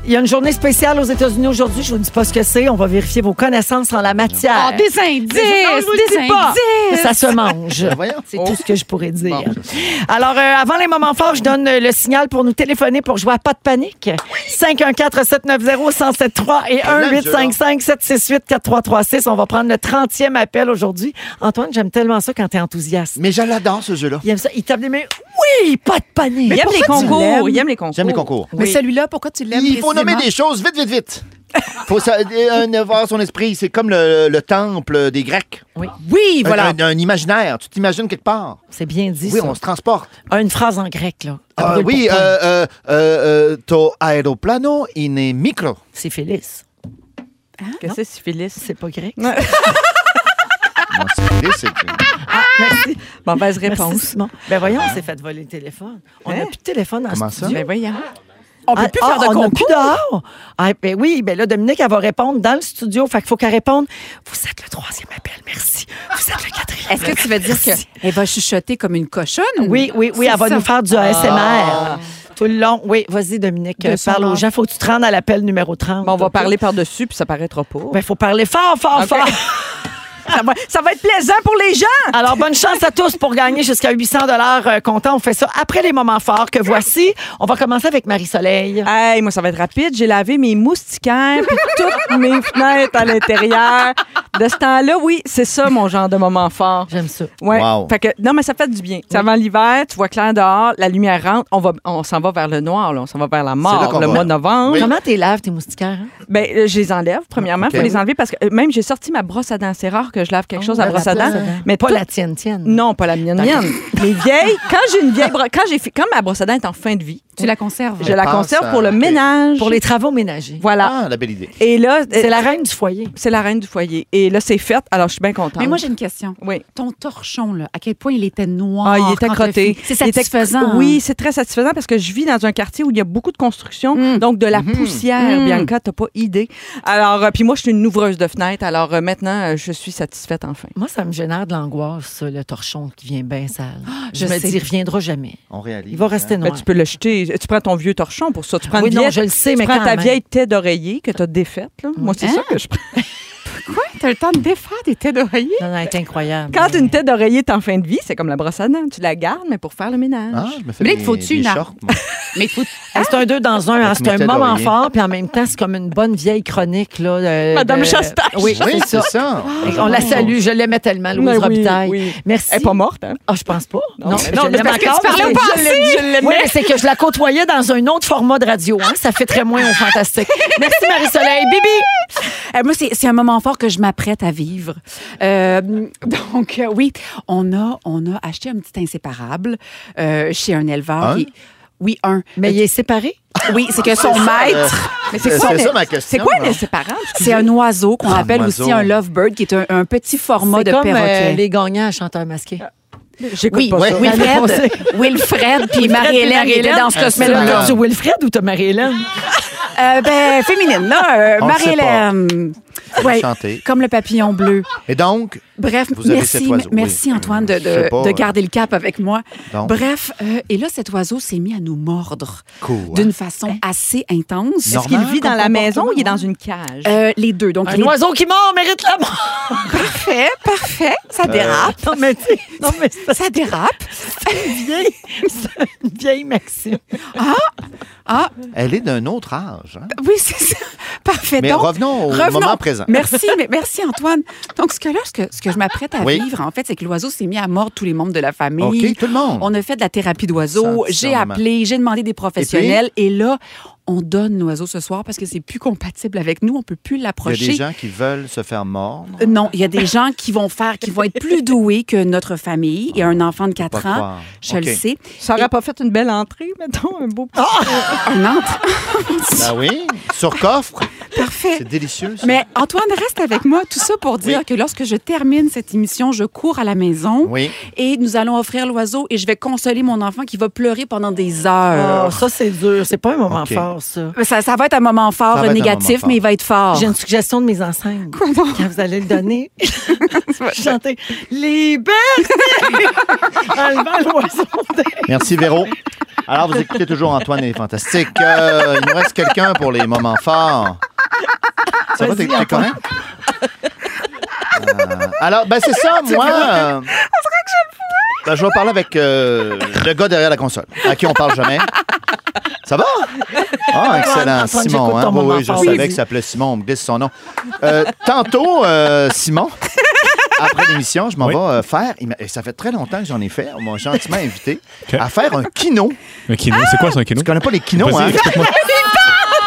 il y a une journée spéciale aux États-Unis aujourd'hui. Je vous dis pas ce que c'est. On va vérifier vos connaissances en la matière.
Ah, des indices,
Non, je vous le
des
dis pas.
indices.
Ça se mange.
Ben Voyons.
C'est tout ce que je pourrais dire.
Bon,
Alors, euh, avant les moments forts, je donne euh, le signal pour nous téléphoner pour jouer à Pas de panique. 514-790-1073 et
Madame,
-768-4336. On va prendre le 30e appel aujourd'hui. Antoine, j'aime tellement ça quand t'es enthousiaste.
Mais je l'adore, ce jeu-là.
Il aime ça. Il tape les mains. Oui, pas de panique.
Il aime les
Pourquoi tu
concours.
l'aimes?
Il aime les concours.
J'aime les concours.
Mais celui-là, pourquoi tu l'aimes
Il faut nommer des choses vite, vite, vite. Faut ça, euh, euh, avoir son esprit. C'est comme le, le temple des Grecs.
Oui,
Un-
voilà.
Un, un imaginaire. Tu t'imagines quelque part.
C'est bien dit,
Euh, Oui,
ça.
on se transporte.
Ah, Une phrase en grec, là.
Ah,
Brûle
oui,
pour toi.
euh, euh, euh, euh, to aeroplano in micro.
C'est Félix.
Que c'est syphilis?
C'est pas grec.
Non, c'est- c'est-
Merci.
Mauvaise
Merci,
réponse.
Simon. Ben voyons, on s'est fait voler le téléphone. On n'a
Hein?
plus de téléphone dans
Comment
ce
ça?
studio.
Ben voyons.
On peut plus
Ah,
faire de
ah, on n'a
concours.
plus dehors. Ah, ben oui, ben là, Dominique, elle va répondre dans le studio. Fait qu'il faut qu'elle réponde. Vous êtes le troisième appel, merci. Vous êtes le quatrième.
Est-ce que tu veux dire qu'elle va chuchoter comme une cochonne?
Oui, oui, oui,
C'est
elle va
ça.
nous faire du ASMR. Tout le long. Oui, vas-y, Dominique, euh,
son
parle aux
art.
gens. Faut que tu te rendes à l'appel numéro 30.
Bon, on va parler par-dessus, puis ça paraîtra pas.
Il faut parler fort, fort,
OK.
fort.
ça, va, ça va être plaisant pour les gens.
Alors, bonne chance à tous pour gagner jusqu'à 800 dollars euh, comptant. On fait ça après les moments forts que voici. On va commencer avec Marie-Soleil.
Hey, moi, ça va être rapide. J'ai lavé mes moustiquaires puis <laughs> toutes mes fenêtres à l'intérieur. De ce temps-là, oui, c'est ça mon genre de moment fort.
J'aime ça.
Ouais.
Wow.
Fait que, non, mais ça fait du bien. C'est avant l'hiver, tu vois clair dehors, la lumière rentre, on, va, on s'en va vers le noir, là, on s'en va vers la
là
mort
qu'on
le
va.
mois de novembre.
Oui.
Comment t'es laves, tes moustiquaires? hein?
Ben, euh, je les enlève, premièrement.
Ok.
faut les enlever parce que euh, même j'ai sorti ma brosse à dents. C'est rare que je lave quelque chose à
La
brosse à dents. Mais
Pas
tout-
la tienne, tienne.
Non, pas la mienne. mienne. Mes vieilles, quand j'ai une vieille brosse, quand j'ai fi- quand ma brosse à dents est en fin de vie,
Tu la conserves.
Je la conserve pour le ménage. Pour les travaux ménagers. Voilà.
Ah, la belle idée.
Et là,
C'est la
reine du foyer. C'est la reine du foyer. Et là, c'est fait. Alors, je suis bien contente.
Mais moi, j'ai une question.
Oui.
Ton torchon, là, à quel point il était noir.
Ah, il était
quand t'as
crotté.
fait- C'est
Il était-
satisfaisant.
Oui, c'est très satisfaisant parce que je vis dans un quartier où il y a beaucoup de construction, donc de la poussière.
Mm.
Bianca, t'as pas idée. Alors, euh, puis moi, je suis une ouvreuse de fenêtres. Alors euh, maintenant, euh, je suis satisfaite enfin.
Moi, ça me génère de l'angoisse, ça, le torchon qui vient bien sale. je,
Ah, je
me
sais.
dis, il reviendra jamais.
On réalise. hein?
Il va rester noir.
Ben, tu peux le jeter. Tu prends ton vieux torchon pour ça. Tu
Ah
prends,
Oui,
une
non,
vieille-
je le sais,
tu
mais
prends
quand
ta
même.
vieille tête d'oreiller que t'as défaite. là. Moi, c'est ça que je prends.
<laughs> Quoi? Hein? T'as le temps de défaire des têtes d'oreiller?
Non, non, elle est incroyable.
Quand une tête d'oreiller est en fin de vie, c'est comme la brosse à dents. Tu la gardes, mais pour faire le ménage.
Ah, je me fais Mais là, des- faut-tu des une ar- shorts,
Mais faut...
c'est un deux dans un. hein.
Avec
C'est un
Moutet
moment
d'oreiller.
fort, puis en même temps, c'est comme une bonne vieille chronique. Là, de-
Madame
de-
Chastache.
Oui,
Oui, c'est ça.
Et On la salue. Je l'aimais tellement, Louise
Mais Ben oui,
Robitaille.
oui.
Merci.
Elle est pas morte, hein?
Ah, je pense pas. Non,
mais non,
je
mais
l'aime
parce que
encore,
tu parlais
mais
pas
je
assez.
l'aime- je l'aimais.
Oui,
mais c'est que je la côtoyais dans un autre format de radio. Hein? Ça fait très moins au fantastique. Merci, Marie-Soleil. Bibi!
Euh, moi, c'est c'est un moment fort que je m'apprête à vivre. Euh, donc, euh, oui, on a, on a acheté un petit inséparable euh, chez un éleveur.
Un?
qui- oui, un.
Mais il est séparé?
Oui, c'est que son maître. Mais c'est quoi,
C'est ça
mais-
ma question.
C'est quoi
hein?
les séparants?
C'est un oiseau qu'on
Un
appelle
oiseau.
aussi un lovebird, qui est un, un petit format
C'est
de
comme
perroquet.
euh, les gagnants à chanteurs masqués.
Ah, J'écoute
Oui,
pas ça.
Ouais.
Wilfred, Wilfred, puis Marie-Hélène
Marie-Hélène.
était dans
Ah,
ce
Mais là,
costume-là.
t'as-tu Wilfred ou t'as Marie-Hélène?
Euh, ben, féminine, là. euh,
On le sait pas.
Marie-Hélène. Ouais,
Chantez.
comme le papillon bleu.
Et donc,
Bref,
Vous avez
merci,
cet oiseau,
merci
oui.
Antoine de, de-
Je sais pas,
de
euh,
garder le cap avec moi.
Donc.
Bref, euh, et là, cet oiseau s'est mis à nous mordre
Quoi?
d'une façon assez intense.
Non.
Est-ce qu'il vit dans la
Normal,
maison ou il est
comportement,
dans une cage?
Euh, les deux. Donc,
Un
il est
oiseau qui mord mérite la mort.
parfait, parfait. Ça dérape,
Non, mais tu sais, non, mais c'est
ça dérape.
une vieille, c'est une vieille maxime.
Ah,
elle est d'un autre âge. hein?
oui, c'est ça. <laughs> Parfait.
Mais
Donc,
revenons au moment présent.
Merci, mais merci Antoine. Donc, ce que là, ce que, ce que je m'apprête à
Oui.
vivre, en fait, c'est que l'oiseau s'est mis à mordre tous les membres de la famille.
OK, tout le monde.
On a fait de la thérapie d'oiseau.
Sans
J'ai
discernement.
appelé, j'ai demandé des professionnels. Et, là, on donne l'oiseau ce soir parce que c'est plus compatible avec nous. On peut plus
Il y a des
l'approcher.
gens qui veulent se faire mordre.
Euh, Non, il y a des gens qui vont faire, qui vont être plus doués que notre famille. Il y a un enfant de
pas
4 ans,
croire.
je
OK.
le sais.
Ça aurait pas fait une belle entrée, mettons, un beau petit...
Un entre.
Ah oui, <laughs> sur coffre.
<laughs> Parfait.
C'est délicieux. ça.
Mais Antoine, reste avec moi. Tout ça pour dire
Oui.
que lorsque je termine cette émission, je cours à la maison.
Oui.
et nous allons offrir l'oiseau et je vais consoler mon enfant qui va pleurer pendant des heures.
Oh, ça, c'est dur. C'est pas un moment
OK.
fort, ça.
Ça, ça va être un moment fort
Ça va être un
négatif,
moment fort.
mais il va être fort.
J'ai une suggestion de mise en scène. Quand vous allez le
<laughs>
donner, <laughs> chantez Liberté en levant l'oiseau.
Merci, Véro. Alors, vous écoutez toujours Antoine et les Fantastiques. Euh, il nous reste quelqu'un pour les moments forts. Ça va, t'es t'es correct? Euh, alors, ben c'est
<laughs>
ça, moi... euh, ben, je vais parler avec euh, le gars derrière la console, à qui on parle jamais. Ça va? Ah, excellent.
Antoine,
Simon,
j'écoute
hein?
ton
Oui,
moment
oui, je
fort.
savais
Oui.
qu'il s'appelait Simon, on me glisse son nom. Euh, tantôt, euh, Simon, après l'émission, je m'en vais euh, faire, il m'a- et ça fait très longtemps que j'en ai fait, on m'a gentiment invité à faire un kino.
Un kino, c'est quoi ça, un kino?
Tu connais pas les kinos, hein?
Vas-y,
<laughs>
explique-moi.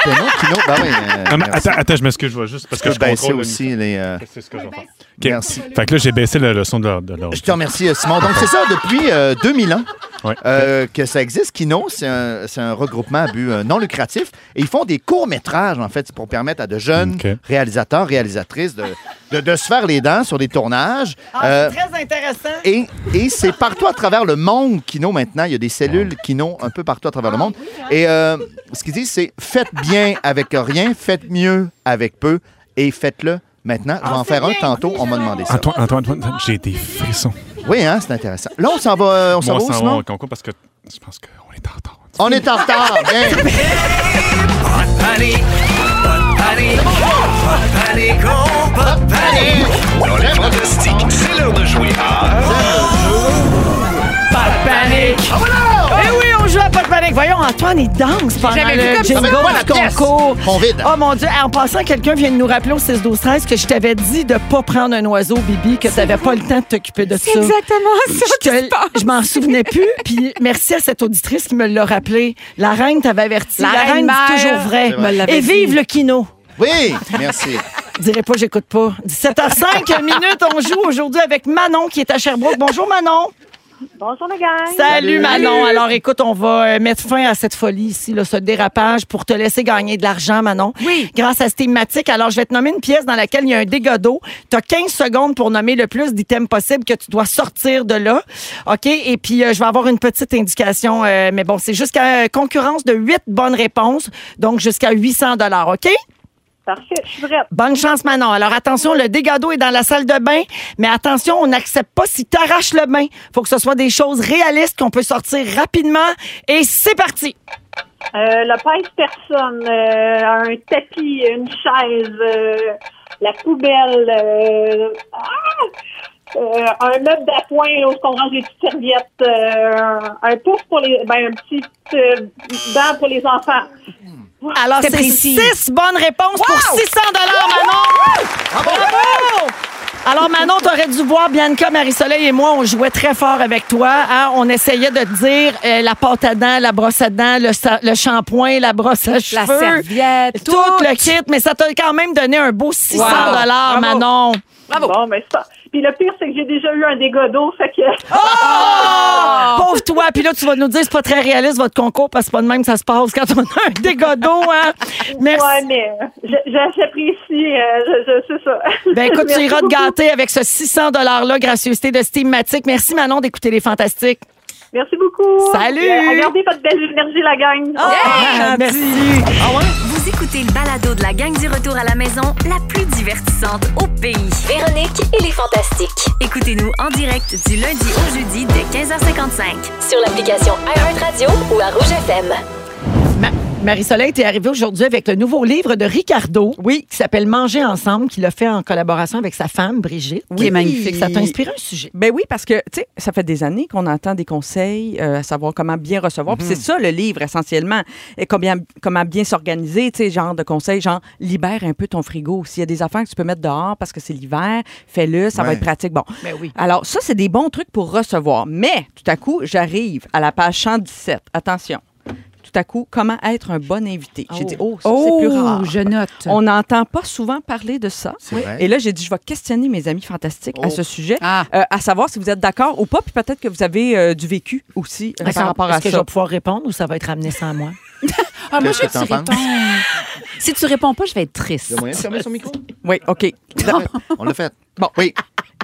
Le nom kino, ben oui. euh,
Non, mais
merci.
attends, attends, je m'excuse, je vois juste parce que
Ben,
je
c'est
contrôle. le
aussi les... euh,
micro. C'est ce que je vais faire. OK.
Merci.
Fait que là, j'ai baissé le, le son de l'or- de l'ordre.
Je te remercie, euh, Simon. Donc, c'est ça, depuis euh, 2000 ans
Ouais.
euh, que ça existe. Kino, c'est un, c'est un regroupement à but euh, non lucratif. Et ils font des courts-métrages, en fait, pour permettre à de jeunes
OK.
réalisateurs, réalisatrices de, de, de se faire les dents sur des tournages. Euh,
Très intéressant.
et et c'est partout à travers le monde, Kino, maintenant. Il y a des cellules Kino un peu partout à travers le monde. Et euh, ce qu'ils disent, c'est faites bien avec rien, faites mieux avec peu et faites-le maintenant. Je vais en faire un tantôt. On m'a demandé ça.
Antoine, Antoine, Antoine, j'ai des frissons.
Oui, hein, c'est intéressant. Là, on s'en va, euh, on s'en
Moi,
va
on
où,
s'en va
Simon?
au concours parce que je pense qu'on est en retard.
On est en retard. Bien.
Pas de panique, pas de panique, pas de panique, oh, pas de panique. Dans les fantastiques, c'est l'heure de jouer à...
Eh oui, on joue à pas de panique. Voyons, Antoine, il danse pendant
jamais vu
le
comme ça.
jingle
Mais quoi, la
du
pièce?
concours.
On vide.
Oh mon Dieu, en passant, quelqu'un vient de nous rappeler au 6 12 13 que je t'avais dit de pas prendre un oiseau, Bibi, que tu n'avais pas le temps de t'occuper de ça.
<laughs>
C'est exactement ça
Je,
qui se passe.
te- je m'en souvenais plus, puis merci à cette auditrice qui me l'a rappelé. La reine t'avait averti. La,
La
reine dit
reine mère
toujours vrai.
me l'avait
Et
dit.
vive le kino.
Oui, merci.
Dirais pas, j'écoute <laughs> pas. 17h05 minutes, on joue aujourd'hui avec Manon qui est à Sherbrooke. Bonjour Manon.
Bonjour, le gang.
Salut Manon. Alors écoute, on va euh, mettre fin à cette folie ici, là, ce dérapage pour te laisser gagner de l'argent, Manon. Oui. Grâce à cette thématique. Alors je vais te nommer une pièce dans laquelle il y a un dégât d'eau. Tu as 15 secondes pour nommer le plus d'items possibles que tu dois sortir de là. OK? Et puis euh, je vais avoir une petite indication. euh, mais bon, c'est jusqu'à euh, concurrence de 8 bonnes réponses. Donc jusqu'à 800 OK?
Parfait, je suis prête.
Bonne chance, Manon. Alors, attention, le dégât d'eau est dans la salle de bain, mais attention, on n'accepte pas si t'arraches le bain. faut que ce soit des choses réalistes qu'on peut sortir rapidement. Et c'est parti!
Euh, le pèse-personne, euh, un tapis, une chaise, euh, la poubelle, euh, ah! Euh, un meuble d'appoint là, où on range les petites serviettes, euh, un- un pouf pour les... Ben, un petit euh, banc pour les enfants.
Alors, c'est six bonnes réponses pour 600 Manon! Bravo! Alors, Manon, t'aurais dû voir, Bianca, Marie-Soleil et moi, on jouait très fort avec toi. hein. On essayait de te dire euh, la pâte à dents, la brosse à dents, le, sa- le shampoing, la brosse à cheveux.
serviette,
Tout, le kit, mais ça t'a quand même donné un beau 600
Wow. Bravo.
Manon.
Bravo. Bon, mais ça. Puis le pire, c'est que j'ai déjà eu un dégât d'eau, fait que.
Pauvre toi. Puis là, tu vas nous dire, c'est pas très réaliste votre concours parce que c'est pas de même que ça se passe quand on a un dégât d'eau. Hein? Merci.
Ouais, mais euh, je- je- j'apprécie, euh, je, je, c'est ça.
Ben écoute, tu
Merci
iras te
beaucoup.
gâter avec ce 600 $-là, gracieuseté de Steamatic. Merci Manon d'écouter les fantastiques.
<laughs> Merci beaucoup.
Salut.
Euh, regardez votre belle énergie, la gang.
Ah, merci.
Vous écoutez le balado de la gang du retour à la maison, la plus divertissante au pays. Véronique et les Fantastiques. Écoutez-nous en direct du lundi au jeudi dès 15h55 sur l'application iHeartRadio ou à Rouge FM.
Ma- Marie-Soleil, t'es arrivée aujourd'hui avec le nouveau livre de Ricardo. Oui. Qui s'appelle Manger ensemble, qu'il a fait en collaboration avec sa femme, Brigitte.
Oui.
Qui est magnifique. Ça t'a inspiré un sujet.
Ben oui, parce que, tu sais, ça fait des années qu'on entend des conseils euh, à savoir comment bien recevoir.
Mhm.
Puis c'est ça le livre, essentiellement. Et combien, comment bien s'organiser, tu sais, genre de conseils, genre libère un peu ton frigo. S'il y a des affaires que tu peux mettre dehors parce que c'est l'hiver, fais-le, ça va
Ouais.
être pratique. Bon.
Ben oui.
Alors, ça, c'est des bons trucs pour recevoir. Mais, tout à coup, j'arrive à la page 117. Attention. Tout à coup, comment être un bon invité. J'ai dit, oh, ça, c'est plus
Oh,
rare.
je note.
On n'entend pas souvent parler de ça.
C'est Oui. vrai.
Et là, j'ai dit, je vais questionner mes amis fantastiques
Oh.
à ce sujet, euh, à savoir si vous êtes d'accord ou pas, puis peut-être que vous avez euh, du vécu aussi euh, par rapport à
Est-ce que
ça.
je vais pouvoir répondre ou ça va être amené sans moi?
Ah, moi,
Qu'est-ce
je veux
que
que tu
t'en penses?
réponds. si tu réponds pas, je vais être triste.
Il y a moyen de fermer son
micro?
Oui, OK.
On l'a fait.
Bon. Oui.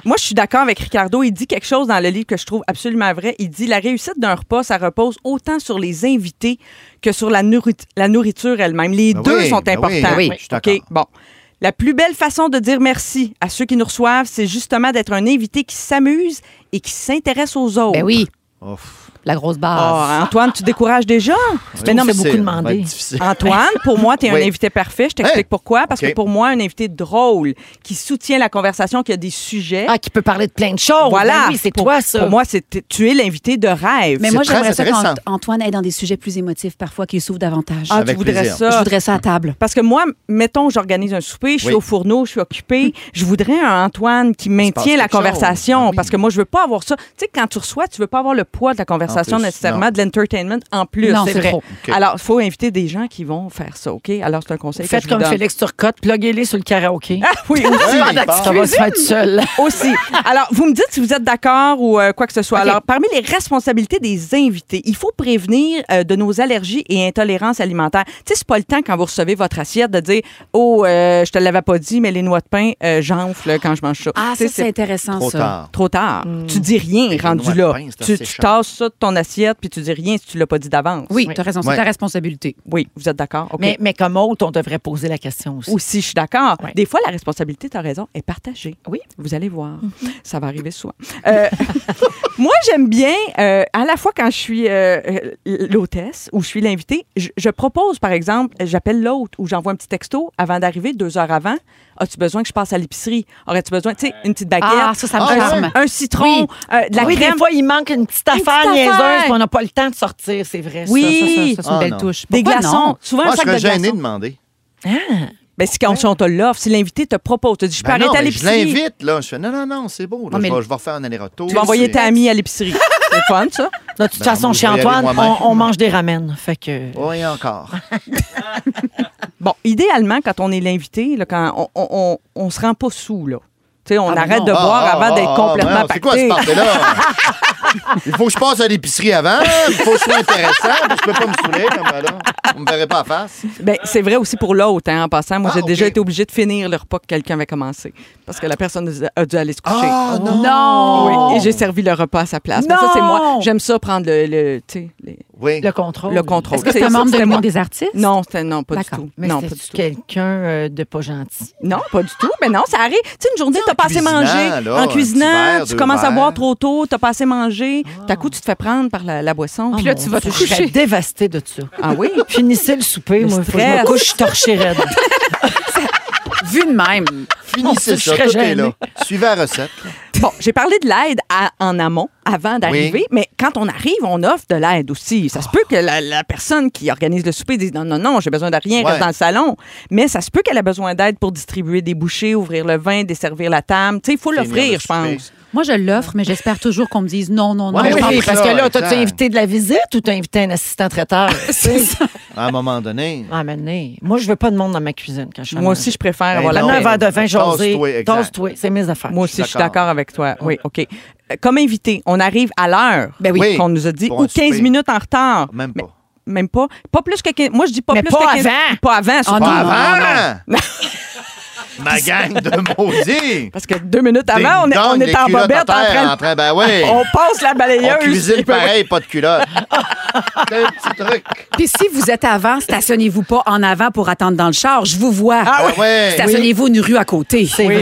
Moi, je suis d'accord avec Ricardo. Il dit quelque chose dans le livre que je trouve absolument vrai. Il dit la réussite d'un repas, ça repose autant sur les invités que sur la, nourrit- la nourriture elle-même. Les
Ben
deux
oui,
sont
ben
importants.
oui, ben oui, je suis
OK, bon. La plus belle façon de dire merci à ceux qui nous reçoivent, c'est justement d'être un invité qui s'amuse et qui s'intéresse aux autres. Ben oui.
Oh,
La grosse
Ah.
base. Antoine, tu décourages déjà?
Je trouve que c'est beaucoup demandé. Ça va être
Ah,
difficile.
Antoine, pour moi, tu es
Oui.
un invité parfait. Je t'explique pourquoi. Parce
OK.
que pour moi, un invité drôle qui soutient la conversation, qui a des sujets.
Ah, qui peut parler de plein de choses.
Voilà.
Ben oui, c'est
Pour-
toi, ça.
Pour moi, c'est, tu es l'invité de rêve.
Mais moi, j'aimerais ça qu'Antoine aille dans des sujets plus émotifs parfois, qu'il s'ouvre davantage.
Ah, tu voudrais ça?
Je voudrais ça à table.
Parce que moi, mettons, j'organise un souper, je suis
Oui.
au fourneau, je
<laughs>
suis occupée. Je voudrais un Antoine qui maintient la
quelque chose.
conversation.
Ah
Parce que moi, je veux pas avoir ça. Tu sais, quand tu reçois, tu veux pas avoir le poids de la conversation
plus,
nécessairement,
non.
de l'entertainment en plus.
Non,
c'est
c'est
vrai.
trop. OK.
Alors, il faut inviter des gens qui vont faire ça, OK? Alors, c'est un conseil que
Faites
je vous
comme
donne.
Félix Turcotte, pluguez-les sur le karaoké.
Ah oui, aussi.
ça va se faire tout seul.
aussi. Alors, vous me dites si vous êtes d'accord ou euh, quoi que ce soit.
OK.
Alors, parmi les responsabilités des invités, il faut prévenir euh, de nos allergies et intolérances alimentaires. Tu sais, c'est pas le temps quand vous recevez votre assiette de dire Oh, euh, je te l'avais pas dit, mais les noix de pain, euh, j'enfle quand je mange ça.
Ah,
Tu sais,
ça, c'est Hmm. intéressant, Trop ça. tard.
Trop tard. Tu dis rien rendu
noix de
là.
pain, c'est
tu
assez
tu
cher.
tasses ça de ton assiette puis tu dis rien si tu l'as pas dit d'avance.
Oui, t'as raison, c'est ta responsabilité.
Oui, vous êtes d'accord. OK.
Mais, mais comme autre, on devrait poser la question aussi.
Aussi, je suis d'accord. Des fois, la responsabilité, tu as raison, est partagée. Oui. Vous allez voir.
Mhm.
Ça va arriver souvent. Euh, <laughs> moi, j'aime bien, euh, à la fois quand je suis euh, euh, l'hôtesse ou je suis l'invitée, je, je propose, par exemple, j'appelle l'autre ou j'envoie un petit texto avant d'arriver, deux heures avant. As-tu besoin que je passe à l'épicerie? Aurais-tu besoin, tu sais, une petite baguette?
Ah, ça, ça me
un-
charme.
Un citron,
Oui.
euh, de la
Oui, des
crème.
fois, il manque une petite affaire
petite
niaiseuse,
affaire.
puis on n'a pas le temps de sortir, c'est vrai. ça.
Oui.
ça, ça, ça, c'est
Ah,
une belle touche.
Des
Pourquoi
glaçons.
non?
Souvent,
Moi,
un
je
sac
serais
de
gêné
glaçons.
de demander.
Ben, si, quand on te l'offre, si l'invité te propose, tu dis, je peux
Ben non,
arrêter à
mais je
l'épicerie.
l'invite, là. Je fais non, non, non, c'est beau. là.
Non, mais
je, vais,
le-
je vais refaire un aller-retour.
Tu vas envoyer ta amie à
<laughs>
l'épicerie. C'est fun, ça?
De toute
Ben,
façon,
moi, je
chez
vais y aller
Antoine,
moi-même.
on, on mange des ramen. Fait que.
Oui, encore.
Bon, idéalement, quand on est l'invité, là, quand on, on, on- on se rend pas sous, là. Tu sais, on
Ah,
arrête
non.
de
Ah,
<laughs> boire
ah,
avant d'être
ah,
complètement
ah, c'est quoi,
pacté.
ce party-là?
<laughs>
Il faut que je passe à l'épicerie avant, il faut que je sois intéressant, puis je peux pas me saouler comme ça, là. On me verrait pas à face.
Ben, c'est vrai aussi pour l'autre, hein, en passant. Moi, j'ai
Ah, ok.
déjà été obligée de finir le repas que quelqu'un avait commencé. Parce que la personne a dû aller se coucher.
Ah,
non!
non!
Oui, et j'ai servi le repas à sa place. Mais ça, c'est moi. J'aime ça prendre le, le, tu sais, les-
le
contrôle.
le contrôle.
Est-ce que c'est
ça,
un membre de
c'était
l'Union
moi.
des artistes?
Non, c'était- non, pas du
D'accord.
tout.
Mais
non,
c'était
pas du tout.
quelqu'un euh, de pas gentil.
Non, pas du tout. Mais non, ça arrive. Tu sais, une journée, t'as passé
cuisinant,
manger.
là, un
en
petit
cuisinant,
verre,
tu
deux
commences à
verres. Ah,
boire trop tôt, t'as passé manger. D'un coup, tu te fais prendre par la, la boisson. Puis là, tu vas te
Oh Je serais
coucher.
dévastée de ça.
Ah oui?
Finissez le souper, moi. faut que je me
stress.
couche <laughs> torchée raide.
Vu de même.
Ah,
Oh,
Finissez ça, tout est là. Suivez la recette.
Bon, j'ai parlé de l'aide à- en amont, avant d'arriver, mais quand on arrive, on offre de l'aide aussi. Ça se peut que la, la personne qui organise le souper dise non, non, non, j'ai besoin de rien,
Ouais.
reste dans le salon. Mais ça se peut qu'elle a besoin d'aide pour distribuer des bouchées, ouvrir le vin, desservir la table. Tu sais, il faut l'offrir, je pense.
Moi, je l'offre, mais j'espère toujours qu'on me dise non, non, non.
Ouais,
je t'en
oui,
prie.
parce que là, t'as-tu
exact.
invité de la visite ou t'as invité un assistant traiteur? <laughs> C'est ça.
À un moment donné.
Ah, mais non. Moi, je veux pas de monde dans ma cuisine quand je suis à
Moi
manger.
aussi, je préfère
Ben
avoir la
non.
paix.
Donne un verre de vin, jaser.
Tasse-toi, exact.
Tasse-toi. C'est mes affaires.
Moi aussi, je suis d'accord avec toi. Oui, OK. Euh, Comme invité, on arrive à l'heure
Ben oui. Oui,
qu'on nous a dit
pour
ou
un
15
souper.
minutes en retard.
Ah, Même
pas. même pas. Pas plus que 15. Moi, je dis pas
Mais
plus
pas
que 15.
avant. Ah,
Pas avant.
Pas
surtout.
avant! hein? <laughs> Ma gang de
<laughs>
maudits!
Parce que deux minutes avant, on est, on
Ding-dong,
est en
les culottes
bobette en
à terre,
train,
en train- ben oui.
On passe la balayeuse.
On cuisine
puis-
pareil, pas de
<laughs>
culotte. C'est un petit truc.
Puis si vous êtes avant, stationnez-vous pas en avant pour attendre dans le char. Je vous vois.
Ah oui. Ah ouais.
Stationnez-vous une rue à côté.
Oui.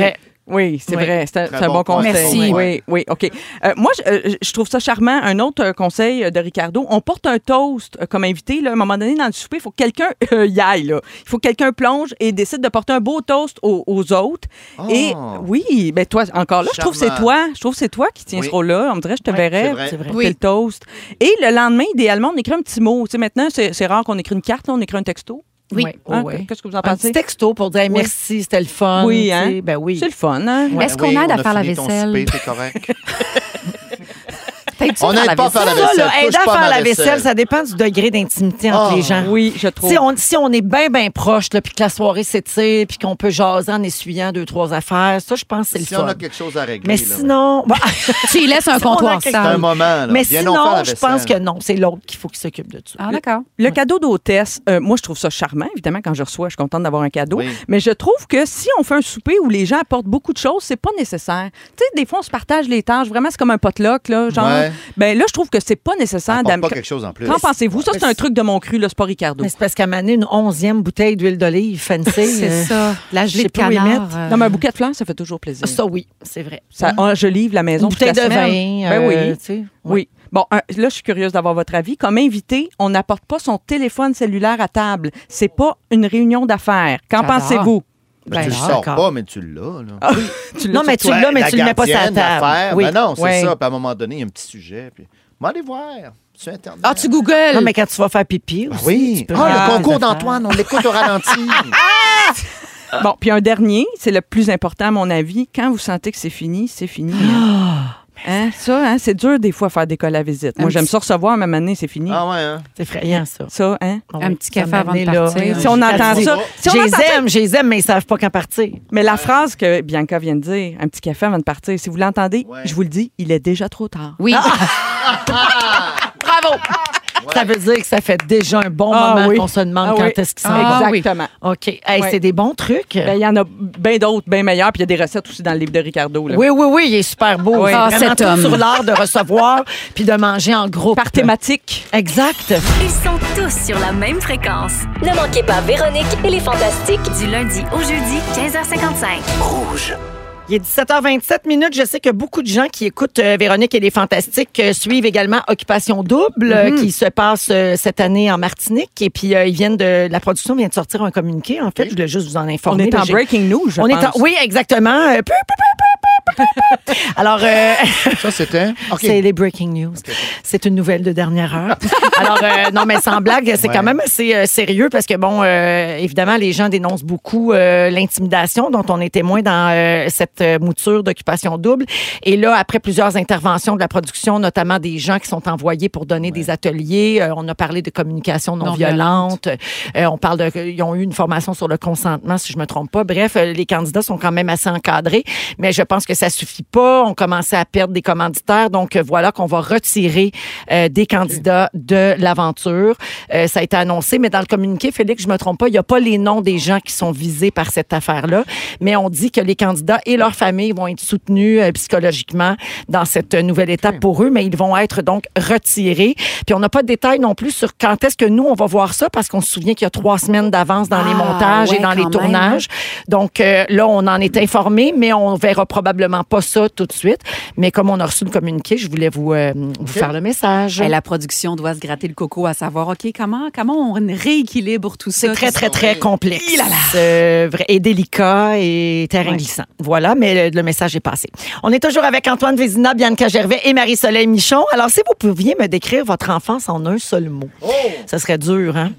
Oui, c'est
Oui.
vrai. C'est un,
Très
c'est un
bon
bon conseil.
conseil. Merci.
Oui, oui, OK. Euh, moi, je, euh, je trouve ça charmant. Un autre euh, conseil euh, de Ricardo, on porte un toast euh, comme invité. Là, à un moment donné, dans le souper, il faut que quelqu'un euh, y aille. là. Il faut que quelqu'un plonge et décide de porter un beau toast aux, aux autres. Et oui, ben toi, encore là, je trouve que c'est
Ah. Charmant.
toi. Je trouve que c'est toi qui tiens
Oui.
ce rôle-là. On me dirait, je te
Oui,
verrais
c'est vrai. C'est vrai.
porter le toast. Et le lendemain, idéalement, on écrit un petit mot. Tu sais, maintenant, c'est c'est rare qu'on écrit une carte, là, on écrit un texto.
Oui.
Hein,
Oh, oui.
Qu'est-ce que vous en
Un
pensez?
petit texto pour dire
Oui.
merci, c'était le fun.
Oui,
tu
hein?
sais, Ben oui.
C'est le fun, hein?
Ouais.
Ben oui, on a fini ton souper, t'es
<laughs>
correct. On n'aide pas à faire Ah, la
Ça, là,
vaisselle.
aider
Touche
à
pas
faire
ma
la
vaisselle.
vaisselle, ça dépend du degré d'intimité entre
Ah,
les gens.
Oui, je trouve.
Si on, si on est bien, bien proche, là, puis que la soirée s'étire, puis qu'on peut jaser en essuyant deux, trois affaires, ça, je pense que c'est le
Si
fun.
on a quelque chose à régler.
Mais
là.
sinon. <laughs> bah,
Tu y laisses un
si on a
comptoir
quelque-
C'est un moment, là.
Mais
Viens
sinon,
donc faire la
je pense que
vaisselle.
non, c'est l'autre qu'il faut qu'il s'occupe de ça.
Ah, d'accord.
Le cadeau d'hôtesse, euh, moi, je trouve ça charmant, évidemment, quand je reçois, je suis contente d'avoir un cadeau. Mais je trouve que si on fait un souper où les gens apportent beaucoup de choses, c'est pas nécessaire. Tu sais, des fois, on se partage les tâches. Vraiment, c'est comme un potluck, là. Genre,
Ouais.
ben là, je trouve que c'est pas nécessaire.
Apporte
d'am-
pas quelque chose en plus.
Qu'en pensez-vous? Ça, c'est un truc de mon cru, là. C'est pas Ricardo.
Mais c'est parce qu'à maner une onzième bouteille d'huile d'olive fancy. euh,
C'est ça.
De la
je
gelée
sais
de
pas où y
canard,
mettre.
euh.
Non, mais un bouquet de fleurs, ça fait toujours plaisir.
Ça, oui, c'est vrai.
Ça,
Mm.
on- je livre la maison.
Une
toute la
bouteille de
semaine.
vin,
Ben oui.
euh, tu sais, ouais.
Oui. Bon, un- là, je suis curieuse d'avoir votre avis. Comme invité, on n'apporte pas son téléphone cellulaire à table. C'est pas une réunion d'affaires. Qu'en
J'adore.
pensez-vous?
Ben, tu le sors pas, mais tu l'as. là.
Ah,
tu l'as Non, sur mais tu toi. l'as, mais
La
tu le mets pas sur la
gardienne,
table.
l'affaire.
Oui.
Ben non, c'est
Ouais.
ça. Puis à un moment donné, il y a un petit sujet. Puis, Bon, allez voir sur Internet.
Ah, tu
googles.
Non, mais quand tu vas faire pipi aussi,
oui.
tu peux
Ah,
regarder
le
tes
concours
affaires.
d'Antoine, on l'écoute au
<laughs>
ralenti.
Bon, puis un dernier, c'est le plus important à mon avis. Quand vous sentez que c'est fini, c'est fini. hein. Hein, ça, hein, c'est dur des fois faire des cols à visite. Moi,
Un
j'aime
petit-
ça recevoir, même année, c'est fini.
Ah ouais,
C'est effrayant, ça.
Ça, hein?
Ah oui, ça m'a amené là.
Si on entend ça, si on
oh. je
entend
les
ça-
aime, je les aime, mais ils savent pas quand partir.
Mais la phrase que Bianca vient de dire, un petit café avant de partir, si vous l'entendez, je vous le dis, il est déjà trop tard.
Oui.
Bravo! Ça veut dire que ça fait déjà un bon
Ah
moment
oui.
qu'on se demande
Ah
quand
oui.
est-ce qu'ils s'en
Ah
vont.
oui. Exactement.
OK. Hey,
Ouais.
C'est des bons trucs.
Ben, Il y en a bien d'autres, bien meilleurs, puis il y a des recettes aussi dans le livre de Ricardo. là.
Oui, oui, oui, il est super beau.
Oui.
Ah,
Vraiment
cet
tout
homme.
sur
sur l'art de recevoir puis de manger en groupe. Par
thématique.
Exact.
Ils sont tous sur la même fréquence. Ne manquez pas Véronique et les Fantastiques du lundi au jeudi 15h55. Rouge.
Il est 17h27 minutes. Je sais que beaucoup de gens qui écoutent euh, Véronique et les Fantastiques euh, suivent également Occupation Double euh,
Mm-hmm.
Mhm.
qui se passe euh, cette année en Martinique. Et puis, euh, ils viennent de, la production vient de sortir un communiqué. En fait, je voulais juste vous en informer.
On est
Là,
en
j'ai-
breaking news, je
On est en-
pense.
oui, exactement. Euh, peu, peu, peu, peu, peu,
<laughs>
Alors, euh,
ça, c'était. OK.
c'est les breaking news. C'est une nouvelle de dernière heure. Alors, euh, non, mais sans blague, c'est
Ouais.
quand même assez euh, sérieux parce que, bon, euh, évidemment, les gens dénoncent beaucoup euh, l'intimidation dont on est témoin dans euh, cette euh, mouture d'occupation double. Et là, après plusieurs interventions de la production, notamment des gens qui sont envoyés pour donner des ateliers, euh, on a parlé de communication non,
Non
violente. Euh, on parle de, ils ont eu une formation sur le consentement, si je me trompe pas. Bref, euh, les candidats sont quand même assez encadrés, mais je pense que ça suffit pas. On commençait à perdre des commanditaires, donc euh, voilà qu'on va retirer euh, des candidats de l'aventure. Euh, ça a été annoncé, mais dans le communiqué, Félix, je me trompe pas, il y a pas les noms des gens qui sont visés par cette affaire-là, mais on dit que les candidats et leurs familles vont être soutenus euh, psychologiquement dans cette nouvelle étape pour eux, mais ils vont être donc retirés. Puis on n'a pas de détails non plus sur quand est-ce que nous, on va voir ça, parce qu'on se souvient qu'il y a trois semaines d'avance dans les
Ah,
montages et
ouais,
dans les
quand même.
tournages. Donc euh, là, on en est informé, mais on verra probablement pas ça tout de suite. Mais comme on a reçu le communiqué, je voulais vous, euh, vous faire le message.
Eh, la production doit se gratter le coco à savoir, OK, comment, comment on rééquilibre tout ça?
C'est très, très, très complexe.
Il a la-
Euh, vrai- et délicat et terrain
Ouais.
glissant. Voilà, mais le, le message est passé. On est toujours avec Antoine Vézina, Bianca Gervais et Marie-Soleil Michon. Alors, si vous pouviez me décrire votre enfance en un seul mot, ça serait dur, hein?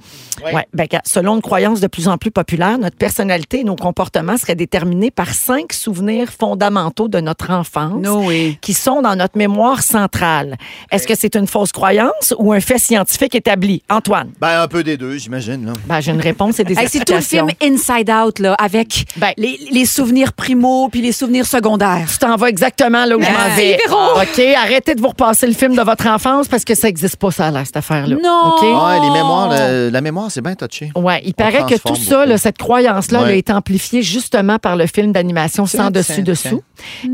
Ouais, ben, ca- selon une croyance de plus en plus populaire, notre personnalité et nos comportements seraient déterminés par cinq souvenirs fondamentaux de notre enfance qui sont dans notre mémoire centrale. Est-ce que c'est une fausse croyance ou un fait scientifique établi? Antoine?
Ben, un peu des deux, j'imagine. là.
Ben, j'ai une réponse et des
Hey, c'est tout le film Inside Out, là, avec les, les souvenirs primaux puis les souvenirs secondaires.
Tu t'en vas exactement là où je m'en vais. Ah, OK, arrêtez de vous repasser le film de votre enfance parce que ça n'existe pas, ça, là, cette affaire-là. OK? Oh!
Ouais, les mémoires, le- la mémoire, c'est bien touché.
Ouais, il paraît que tout ça, là, cette croyance-là, elle a été amplifiée justement par le film d'animation
Tiens,
Sans
tiens,
dessus-dessous,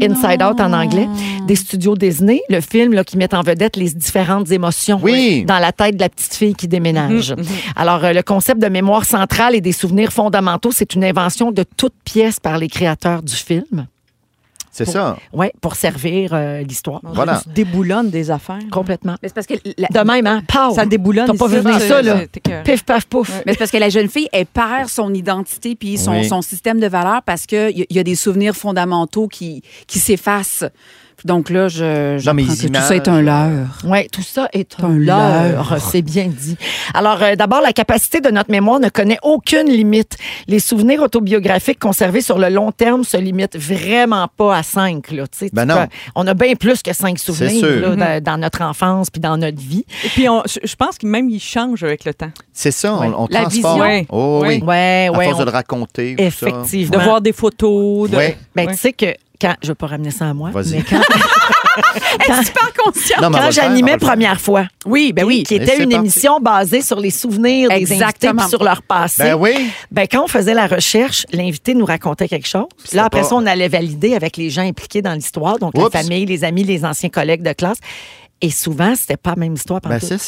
Inside Out en anglais, des studios Disney, le film là, qui met en vedette les différentes émotions dans la tête de la petite fille qui déménage.
Mhm, mhm.
Alors, euh, le concept de mémoire centrale et des souvenirs fondamentaux, c'est une invention de toute pièce par les créateurs du film.
C'est ça.
Oui, pour servir euh, l'histoire.
Voilà.
Tu déboulonnes des affaires. Complètement.
Mais c'est parce que
De même, hein? Pow!
Ça déboulonne
T'as pas
ici,
vu venir
c'est-
ça, là.
c'est- t'es que-
Pif, paf, pouf.
Ouais. Mais c'est parce que la jeune fille, elle perd son identité puis son,
Oui.
son système de valeurs parce qu'il y, a- il y a des souvenirs fondamentaux qui, qui s'effacent. Donc là, je, je
Non, mais
comprends
les
que tout ça est
images,
un leurre.
Oui, tout ça est un,
Un
leurre.
leurre.
C'est bien dit. Alors, euh, d'abord, la capacité de notre mémoire ne connaît aucune limite. Les souvenirs autobiographiques conservés sur le long terme se limitent vraiment pas à cinq. Là, tu sais.
Ben
Tu
non.
peux- on a bien plus que cinq souvenirs
sûr.
là,
Mhm.
Mm-hmm.
dans, dans notre enfance puis dans notre vie.
Et puis, on- je je pense que même il change avec le temps.
C'est ça, on, on
La
transforme.
vision. Ouais.
Oh, oui.
Ouais,
à
ouais,
force
on-
de le raconter. tout ça.
Effectivement.
De voir des photos. De...
Ouais.
Ben, tu sais que quand. Je vais pas ramener ça à moi.
Vas-y.
Mais quand.
Non, mais on va
<laughs> quand quand
le faire, on va
j'animais
le faire.
première fois. Oui, ben oui. Qui
Et c'est
était une
parti.
émission basée sur les souvenirs des invités
Exactement.
puis sur leur passé.
Ben oui.
Ben, quand on faisait la recherche, l'invité nous racontait quelque chose. Là, après
pas-
ça, on allait valider avec les gens impliqués dans l'histoire, donc
Oups.
la famille, les amis, les anciens collègues de classe. Et souvent, c'était pas la même histoire.
Ben,
pantoute.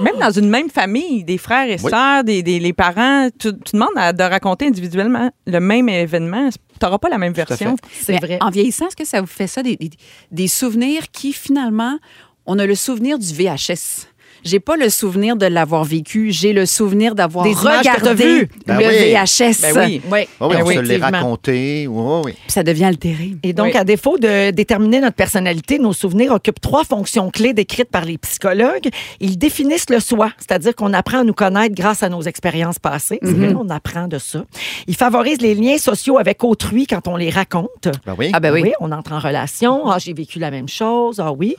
Même dans une même famille, des frères et
Oui.
sœurs, des, des- les parents, tu, tu demandes à- de raconter individuellement le même événement. Tu n'auras pas la même version.
Mais
Ben
En vieillissant, est-ce que ça vous fait ça, des, des- des souvenirs qui, finalement, on a le souvenir du VHS? J'ai pas le souvenir de l'avoir vécu, j'ai le souvenir d'avoir
Des images que t'as
regardé
vues. Ben
le
oui.
VHS.
Ben oui. Oui.
Ah oui,
Ben
on
oui,
se l'est
effectivement.
raconté. Oh, oui.
Ça devient altéré.
Et donc,
Oui.
à défaut de déterminer notre personnalité, nos souvenirs occupent trois fonctions clés décrites par les psychologues. Ils définissent le soi, c'est-à-dire qu'on apprend à nous connaître grâce à nos expériences passées. C'est vrai, on apprend de ça. Ils favorisent les liens sociaux avec autrui quand on les raconte.
Ben oui.
Ah ben oui. on entre en relation. Ah, j'ai vécu la même chose. Ah oui.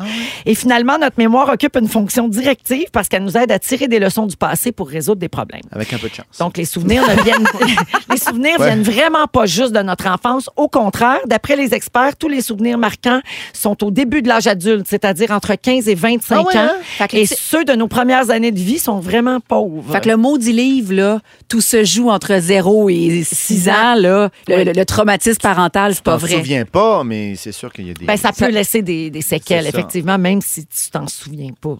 Et finalement, notre mémoire occupe une fonction directive parce qu'elle nous aide à tirer des leçons du passé pour résoudre des problèmes.
Avec un peu de chance.
Donc, les souvenirs ne viennent, <laughs> les souvenirs
Ouais.
viennent vraiment pas juste de notre enfance. Au contraire, d'après les experts, tous les souvenirs marquants sont au début de l'âge adulte, c'est-à-dire entre 15 et 25
Ah ouais,
ans.
hein? Fait que
Et
les-
ceux de nos premières années de vie sont vraiment pauvres.
Fait que le maudit livre, là, tout se joue entre 0 et 6 ans, là. Le, le- le traumatisme parental, c'est pas
Je m'en
vrai.
souviens pas, mais c'est sûr qu'il y a des.
Ben, ça peut laisser des, des séquelles,
C'est ça.
effectivement, même si tu t'en souviens pas.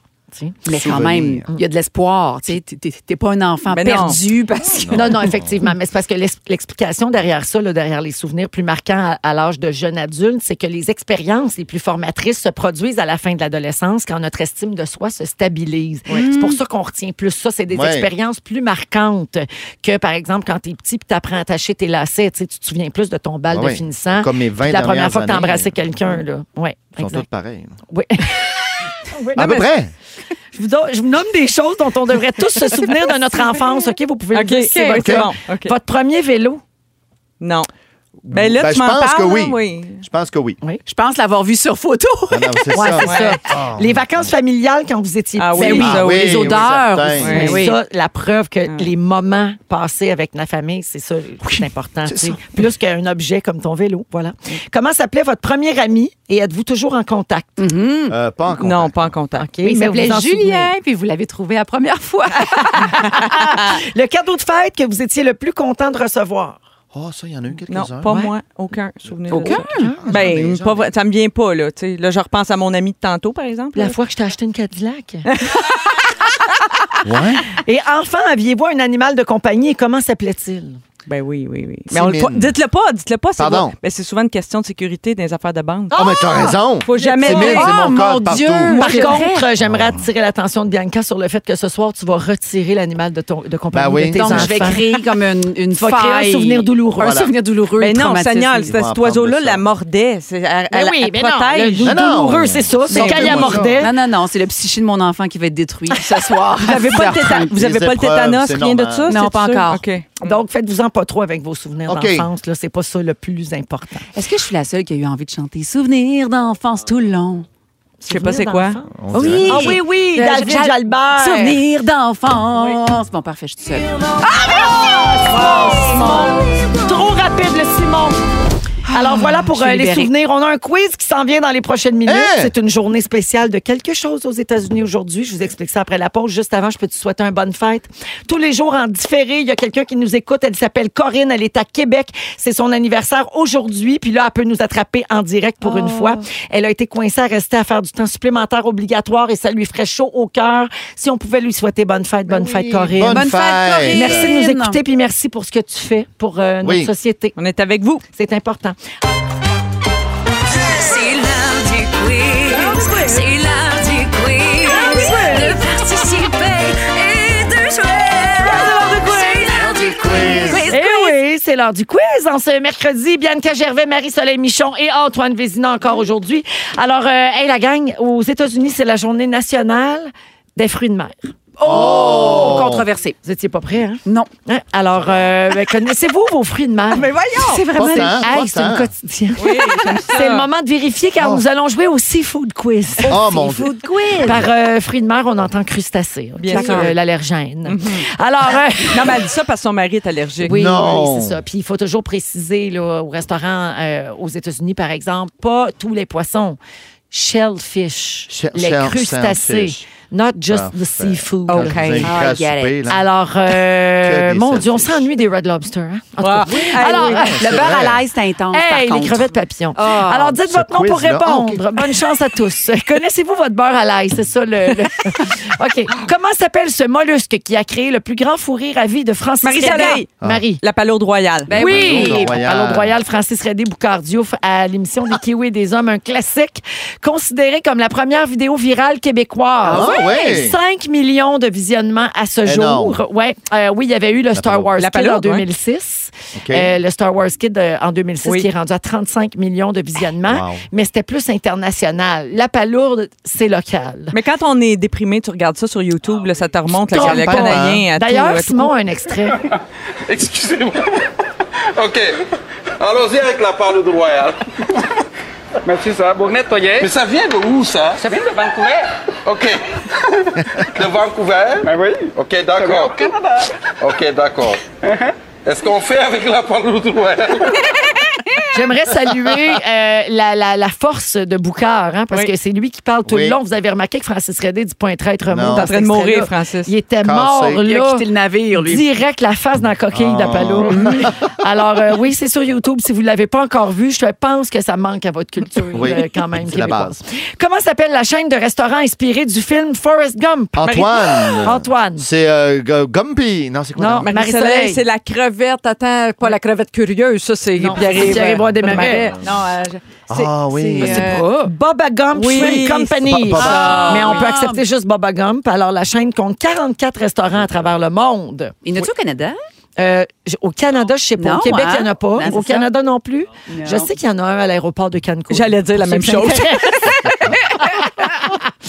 Mais quand même, il y a de l'espoir. Tu sais, t'es- t'es t'es pas un enfant
Mais non.
perdu parce que.
Non,
<laughs>
non, effectivement. Mais c'est parce que l'ex- l'explication derrière ça, là, derrière les souvenirs plus marquants à, à l'âge de jeune adulte, c'est que les expériences les plus formatrices se produisent à la fin de l'adolescence quand notre estime de soi se stabilise. C'est pour ça qu'on retient plus ça. C'est des
Ouais.
expériences plus marquantes que, par exemple, quand t'es petit puis t'apprends à attacher tes lacets. Tu sais, tu te souviens plus de ton bal
Ah
de
oui.
finissant.
Comme mes 20
puis La première
dernières
fois que
années,
t'embrassais
euh,
quelqu'un, là. Ouais,
Ils sont
exact.
tous pareils. là.
Oui. Oui.
À peu près.
Je vous, don- je vous nomme des choses dont on devrait tous se souvenir de <laughs> notre enfance, OK? Vous pouvez
OK,
le dire. si
OK,
c'est
c'est
votre-
bon, OK.
Votre premier vélo?
Non. Ben là,
Ben,
tu
je
m'en
pense
parles,
que
là,
oui. Je pense que oui.
Je pense l'avoir vu sur photo.
non, c'est
Ouais,
ça.
c'est ça.
Ouais. Ah.
Les vacances familiales quand vous étiez
Ah oui,
petit.
oui, Ah oui,
les
oui,
odeurs.
certain.
aussi.
Oui,
Mais
oui.
Ça, la preuve que les moments passés avec la famille, c'est ça, c'est important. tu sais. Plus qu'un objet comme ton vélo, voilà. Comment s'appelait votre premier ami et êtes-vous toujours en contact?
euh, pas en
Non, pas en contact.
Mais
il
vous
s'appelait
vous en
Julien, puis vous l'avez trouvé la première fois.
<laughs> Le cadeau de fête que vous étiez le plus content de recevoir?
Ah, ça, il y en a eu
Non,
quelques-uns.
pas moi. Aucun souvenir. de
Aucun?
ça. Ben, pas vrai. Ça me vient pas, là. tu sais. Là, je repense à mon ami de tantôt, par exemple.
La
là.
fois que je t'ai acheté une Cadillac.
Ouais.
Et enfin, aviez-vous un animal de compagnie et comment s'appelait-il?
Ben oui, oui, oui. Mais on le-
Simine.
dites-le pas, dites-le pas. c'est
Pardon?
vrai. Ben, c'est souvent une question de sécurité dans les affaires de banque.
Ah, mais t'as raison.
Faut jamais
C'est
le
mille,
dire.
c'est
Ah,
mon code partout.
Par contre, j'aimerais attirer l'attention de Bianca sur le fait que ce soir, tu vas retirer l'animal de, ton, de compagnie
Ben oui.
de tes
Donc,
enfants.
je vais
créer comme une, une
Tu vas créer un
faille.
souvenir douloureux.
Un souvenir douloureux,
Mais Ben non,
traumatisme.
Seigneur,
Ils vont
cet oiseau-là la mordait. C'est- Elle,
Mais
elle-
Ben oui,
elle
mais non,
protège.
le dou- Non, non. douloureux,
c'est ça. C'est
Non,
quand il y a
moi, ça.
mordait.
Non, non, non, c'est le psyché de mon enfant qui va être détruit ce soir.
Vous avez pas le téta- vous avez pas le tétanos, rien de ça?
Non,
c'est
pas
sûr?
encore.
OK.
Donc, faites-vous-en pas trop avec vos souvenirs
OK.
d'enfance. là. C'est pas ça le plus important.
Est-ce que je suis la seule qui a eu envie de chanter Souvenirs d'enfance tout le long?
Je sais pas c'est quoi.
On Oui.
Ah oui, oui,
Euh,
David
Jal-
Jalbert.
Souvenirs d'enfance. Bon, parfait, je suis toute seule.
Ah, Simon! Trop rapide, le Simon! Alors voilà pour
je suis
euh, les
libérée.
souvenirs. On a un quiz qui s'en vient dans les prochaines minutes.
Hein?
C'est une journée spéciale de quelque chose aux États-Unis aujourd'hui. Je vous explique ça après la pause. Juste avant, je peux te souhaiter une bonne fête. Tous les jours en différé, il y a quelqu'un qui nous écoute. Elle s'appelle Corinne. Elle est à Québec. C'est son anniversaire aujourd'hui. Puis là, elle peut nous attraper en direct pour
Oh.
une fois. Elle a été coincée à rester à faire du temps supplémentaire obligatoire et ça lui ferait chaud au cœur. Si on pouvait lui souhaiter bonne fête,
Ben
bonne fête, Corinne.
bonne Bonne fête, fête. Corinne.
Merci de nous écouter puis merci pour ce que tu fais pour euh, notre
Oui.
société.
On est avec vous.
C'est important.
C'est l'heure du quiz. C'est l'heure du quiz. De participer et de jouer. C'est l'heure du quiz.
Eh oui, c'est l'heure du quiz. En ce mercredi, Bianca Gervais, Marie-Soleil Michon et Antoine Vézina encore aujourd'hui. Alors, euh, hey, la gang, aux États-Unis, c'est la journée nationale des fruits de mer.
Oh! Controversé.
Vous étiez pas prêts, hein?
Non.
Hein? Alors, euh, ben, connaissez-vous vos fruits de
<laughs>
mer? Mais
voyons!
C'est vraiment...
Pas tant, pas
Hey, c'est
tant.
une quotidienne.
Oui,
<laughs>
j'aime ça.
Ah.
c'est le moment de vérifier car
Oh.
nous allons jouer au Seafood Quiz.
Ah. Oh, mon Dieu.
Seafood Quiz! Par euh, fruits de mer, on entend crustacés. ok?
Bien sûr.
Euh, L'allergène. Alors,
<laughs>
euh,
non, mais elle dit ça parce que son mari est allergique.
Oui, oui, c'est ça. Puis il faut toujours préciser là, au restaurant euh, aux États-Unis, par exemple, pas tous les poissons. Shellfish,
Shell-
les
shell-
crustacés,
shellfish.
not just
Parfait.
the seafood.
Là, je vous invite à I get it. souper, là.
Alors,
<laughs>
euh,
Que des
mon Dieu, on s'ennuie des Red Lobster. hein? En tout cas.
Oui. Hey,
Alors,
oui,
euh,
le beurre à l'ail, c'est intense, par
Hey, les
contre.
crevettes papillons.
Ah,
Alors, dites
ce
votre nom pour
quiz-là.
répondre. Bonne chance à
<laughs>
tous. Connaissez-vous votre beurre à l'ail? C'est ça le. le- <laughs> OK. Comment s'appelle ce mollusque qui a créé le plus grand fou rire à vie de Francis
Marie-Soleil.
Rédard?
Ah.
Marie.
La palourde royale.
Ben
Ben oui,
oui.
à l'Aude Royale, Francis Redé Boucardiouf à l'émission des Kiwis et des Hommes, un classique considéré comme la première vidéo virale québécoise.
Ah ouais?
5 millions de visionnements à ce
Énorme.
jour. Ouais. Euh, oui, il y avait eu le Star Wars
La
Kid en
palourde, ouais.
2006.
OK.
Euh, le Star Wars Kid euh, en 2006
Oui.
qui est rendu à 35 millions de visionnements,
Wow.
mais c'était plus international. La palourde, c'est local.
Mais quand on est déprimé, tu regardes ça sur YouTube, là, ça te remonte le,
Tombe
le
pas,
canadien
hein.
à tout- à
euh,
D'ailleurs,
tout
Simon a un extrait.
<laughs>
Excusez-moi. <laughs> OK. Allons-y avec la parole royale. <laughs> Merci, ça. Bon, nettoyer. Mais ça vient de où, ça? Ça vient de Vancouver. OK. <laughs> De Vancouver? Ben oui. OK, d'accord. Uh-huh. OK, d'accord. Est-ce qu'on fait avec la parole royale?
J'aimerais saluer euh, la, la- la force de Boucard, hein, parce que c'est lui qui parle tout
Oui.
le long. Vous avez remarqué que Francis Redé dit pas un traître mot. dans
Non. Il est en train de
cet
mourir,
extrait-là.
Francis.
Il était
Cassé.
mort, là.
Il a quitté le navire, lui.
Direct la face dans la coquille
Ah. <laughs>
d'Apollo. Alors, euh, oui, c'est sur YouTube. Si vous ne l'avez pas encore vu, je pense que ça manque à votre culture,
Oui.
euh, quand même,
C'est la
québécoise.
base.
Comment s'appelle la chaîne de restaurants inspirée du film Forrest Gump?
Antoine.
Antoine.
C'est euh, Gu- Gumpy. Non, c'est quoi?
Non,
le nom?
Marie-Soleil. Marie-Soleil,
c'est la crevette. Attends, pas la crevette curieuse, ça,
c'est
c'est Pierre-Yves
Pierre-Yves
euh,
Desmarais.
Non, euh, je-
Ah oui.
C'est pas. Baba Gump
Oui,
Shrimp Company.
c'est Baba- Ah,
Mais on
oui.
peut accepter juste Baba Gump. Alors, la chaîne compte 44 restaurants à travers le monde.
Il y en a-tu au Canada?
Euh, j- au Canada, je sais pas.
Non,
au Québec,
hein?
il n'y en a pas.
Ben, c'est
au
ça.
Canada non plus.
Non.
Je sais qu'il y en a un à l'aéroport de Cancun.
J'allais dire la
Pour
même
ceux qui
chose.
s'intéressent. <laughs>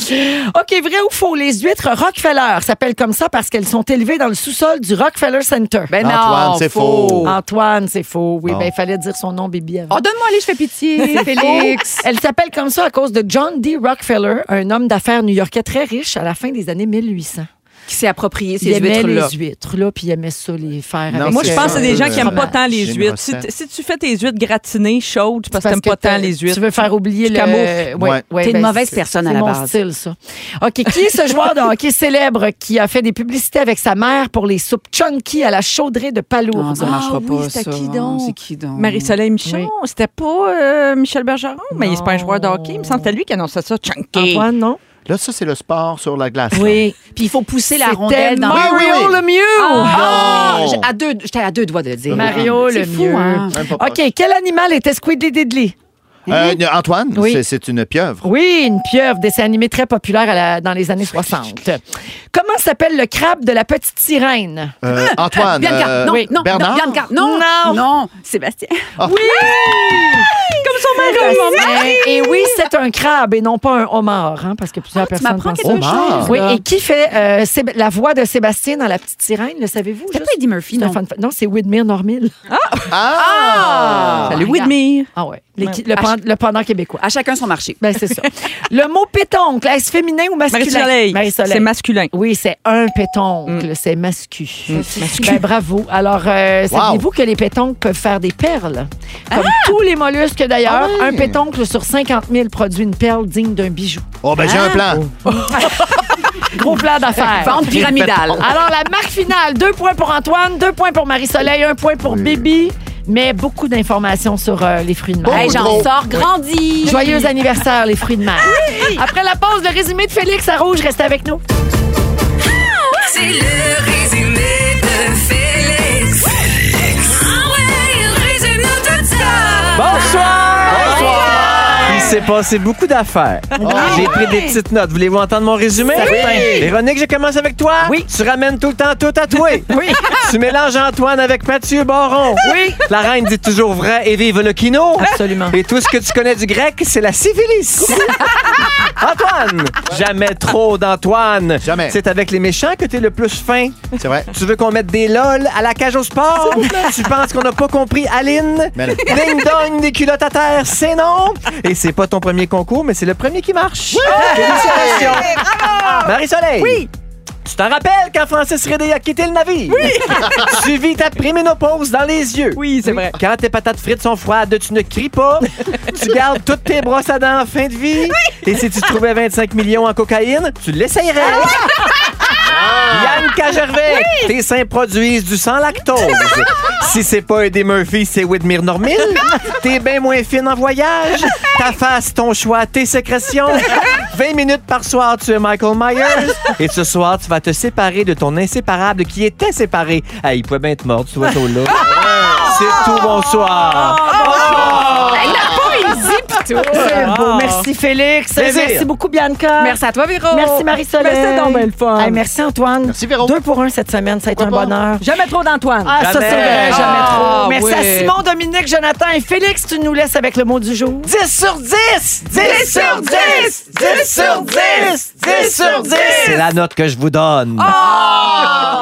OK, vrai ou faux? Les huîtres Rockefeller s'appellent comme ça parce qu'elles sont élevées dans le sous-sol du Rockefeller Center.
Ben,
non, Antoine, c'est faux. faux.
Antoine, c'est faux. Oui,
Bon.
ben, il fallait dire son nom, Bibi, avant.
Oh, donne-moi les, je fais pitié,
C'est
Félix.
faux. Elle s'appelle comme ça à cause de John D. Rockefeller, un homme d'affaires new-yorkais très riche à la fin des années 1800.
Qui s'est approprié
Il
ces
aimait
huîtres-là.
les huîtres, là, puis il aimait ça, les faire
Non,
avec
moi, je
euh,
pense que Ah, c'est des gens qui n'aiment pas
fromage.
tant les
J'ai une
huîtres. Si,
recette.
t- si tu fais tes huîtres gratinées chaudes, c'est parce que
Parce
t'aimes pas
que
tant
t'as-
les huîtres.
Tu veux faire oublier
Tu
le.
camoufles.
Ouais, ouais,
T'es une
ben,
mauvaise
c'est-
personne à
c'est
la
mon
base.
style, ça. OK. Qui est
<laughs>
ce joueur de hockey célèbre qui a fait des publicités avec sa mère pour les soupes chunky à la chaudrée de
Ah.
Palourde?
Non, ça marchera
Ah
pas, ça. hein, C'est qui donc?
Marie-Soleil Michon, c'était pas euh, Michel Bergeron, mais il c'est pas un joueur de hockey. Il me semble que c'était lui qui annonçait ça, Chunky.
Antoine, non?
Là, ça, c'est le sport sur la glace.
Oui.
Puis il faut pousser la
C'était
rondelle dans
Mario Oui, oui, oui. Lemieux!
Oh!
Ah,
Non.
j'ai- à deux, j'étais à deux doigts de le
Euh,
dire.
Mario
C'est
le
fou,
mieux.
hein?
OK. Quel animal était Squidly Diddly?
Euh, Antoine,
Oui.
c'est- c'est une pieuvre.
Oui, une pieuvre, dessin animé très populaire à la- dans les années 60. Comment s'appelle le crabe de la petite sirène?
Euh, Antoine,
Bianca,
euh,
non, non,
Bernard.
Bianca.
Non, non,
Non.
Sébastien.
Oui! Comme son Et oui, c'est un crabe et non pas un homard, hein, parce que plusieurs personnes
m'apprends
pensent
quelque Homard. chose,
Oui,
là.
et qui fait euh, Séb- la voix de Sébastien dans La Petite Sirène, le savez-vous? C'est pas
Eddie Murphy, non.
Non, c'est Widmere Normil. Ah!
Ah! Salut, Widmere.
Ah ouais. Les-
Ouais.
le, pan-
À ch-
le pendant québécois.
À chacun son marché.
Ben, c'est ça. le mot pétoncle, est-ce féminin ou masculin?
Marie-Soleil. C'est
masculin. Oui, c'est un pétoncle, c'est mascu. Ben, bravo. Alors, euh,
Wow.
saviez-vous que les pétoncles peuvent faire des perles? Comme
Ah!
tous les mollusques d'ailleurs, un pétoncle sur 50 000 produit une perle digne d'un bijou.
Oh, ben, j'ai un plan.
Gros plan d'affaires.
Vente pyramidale.
Alors, la marque finale, deux points pour Antoine, deux points pour Marie-Soleil, un point pour Bibi. Mais beaucoup d'informations sur euh, les fruits de mer.
Hey, J'en sors grandi.
Joyeux anniversaire, les fruits de mer. Après la pause, le résumé de Félix à Rouge, restez avec nous.
C'est le résumé de Félix. Félix. Ah ouais, il résume tout ça.
Bonsoir! Il s'est passé beaucoup d'affaires. J'ai pris des petites notes. Voulez-vous entendre mon résumé?
Certain.
Véronique, je commence avec toi. Oui. Tu ramènes tout le temps tout à toi. Oui. Tu mélanges Antoine avec Mathieu Baron. Oui. La reine dit toujours vrai et vive le kino. Absolument. Et tout ce que tu connais du grec, c'est la syphilis. Antoine! Jamais trop d'Antoine. Jamais. C'est avec les méchants que t'es le plus fin.
C'est vrai.
Tu veux qu'on mette des lol à la cage au sport? tu penses qu'on n'a pas compris Aline?
Mais non.
Ding-dong des culottes à terre, c'est non! Et c'est pas ton premier concours, mais c'est le premier qui marche. Félicitations! Marie-Soleil! Oui! Tu t'en rappelles quand Francis Rédé a quitté le navire? Oui! <laughs> tu vis ta préménopause dans les yeux. Oui, c'est vrai. Quand tes patates frites sont froides, tu ne cries pas. tu gardes toutes tes brosses à dents en fin de vie. Et si tu trouvais 25 millions en cocaïne, tu l'essayerais. <laughs> Yann Cagervais, tes seins produisent du sang lactose. si c'est pas Eddie Murphy, c'est Whitmere Normil. T'es bien moins fine en voyage. Ta face, ton choix, tes sécrétions. 20 minutes par soir, tu es Michael Myers. Et ce soir, tu vas te séparer de ton inséparable qui était séparé. Ah, il pouvait bien être mort, tu vois, tôt là. C'est tout, bonsoir.
Elle n'a pas hésité, pis tout. C'est beau. Merci, Félix.
Plaisir.
Merci beaucoup, Bianca.
Merci à toi, Véro.
Merci, Marie-Soleil.
Ben, c'est donc ben le
fun. merci, Antoine. Merci, Véro. Deux pour un cette semaine. Ça a été un bonheur.
Jamais trop d'Antoine.
Ah, ça, c'est vrai, jamais
Ah,
trop. Merci
oui.
à Simon, Dominique, Jonathan et Félix. Tu nous laisses avec le mot du jour.
10 sur 10! 10 sur 10! 10 sur 10! 10 sur 10! C'est la note que je vous donne.
Ah!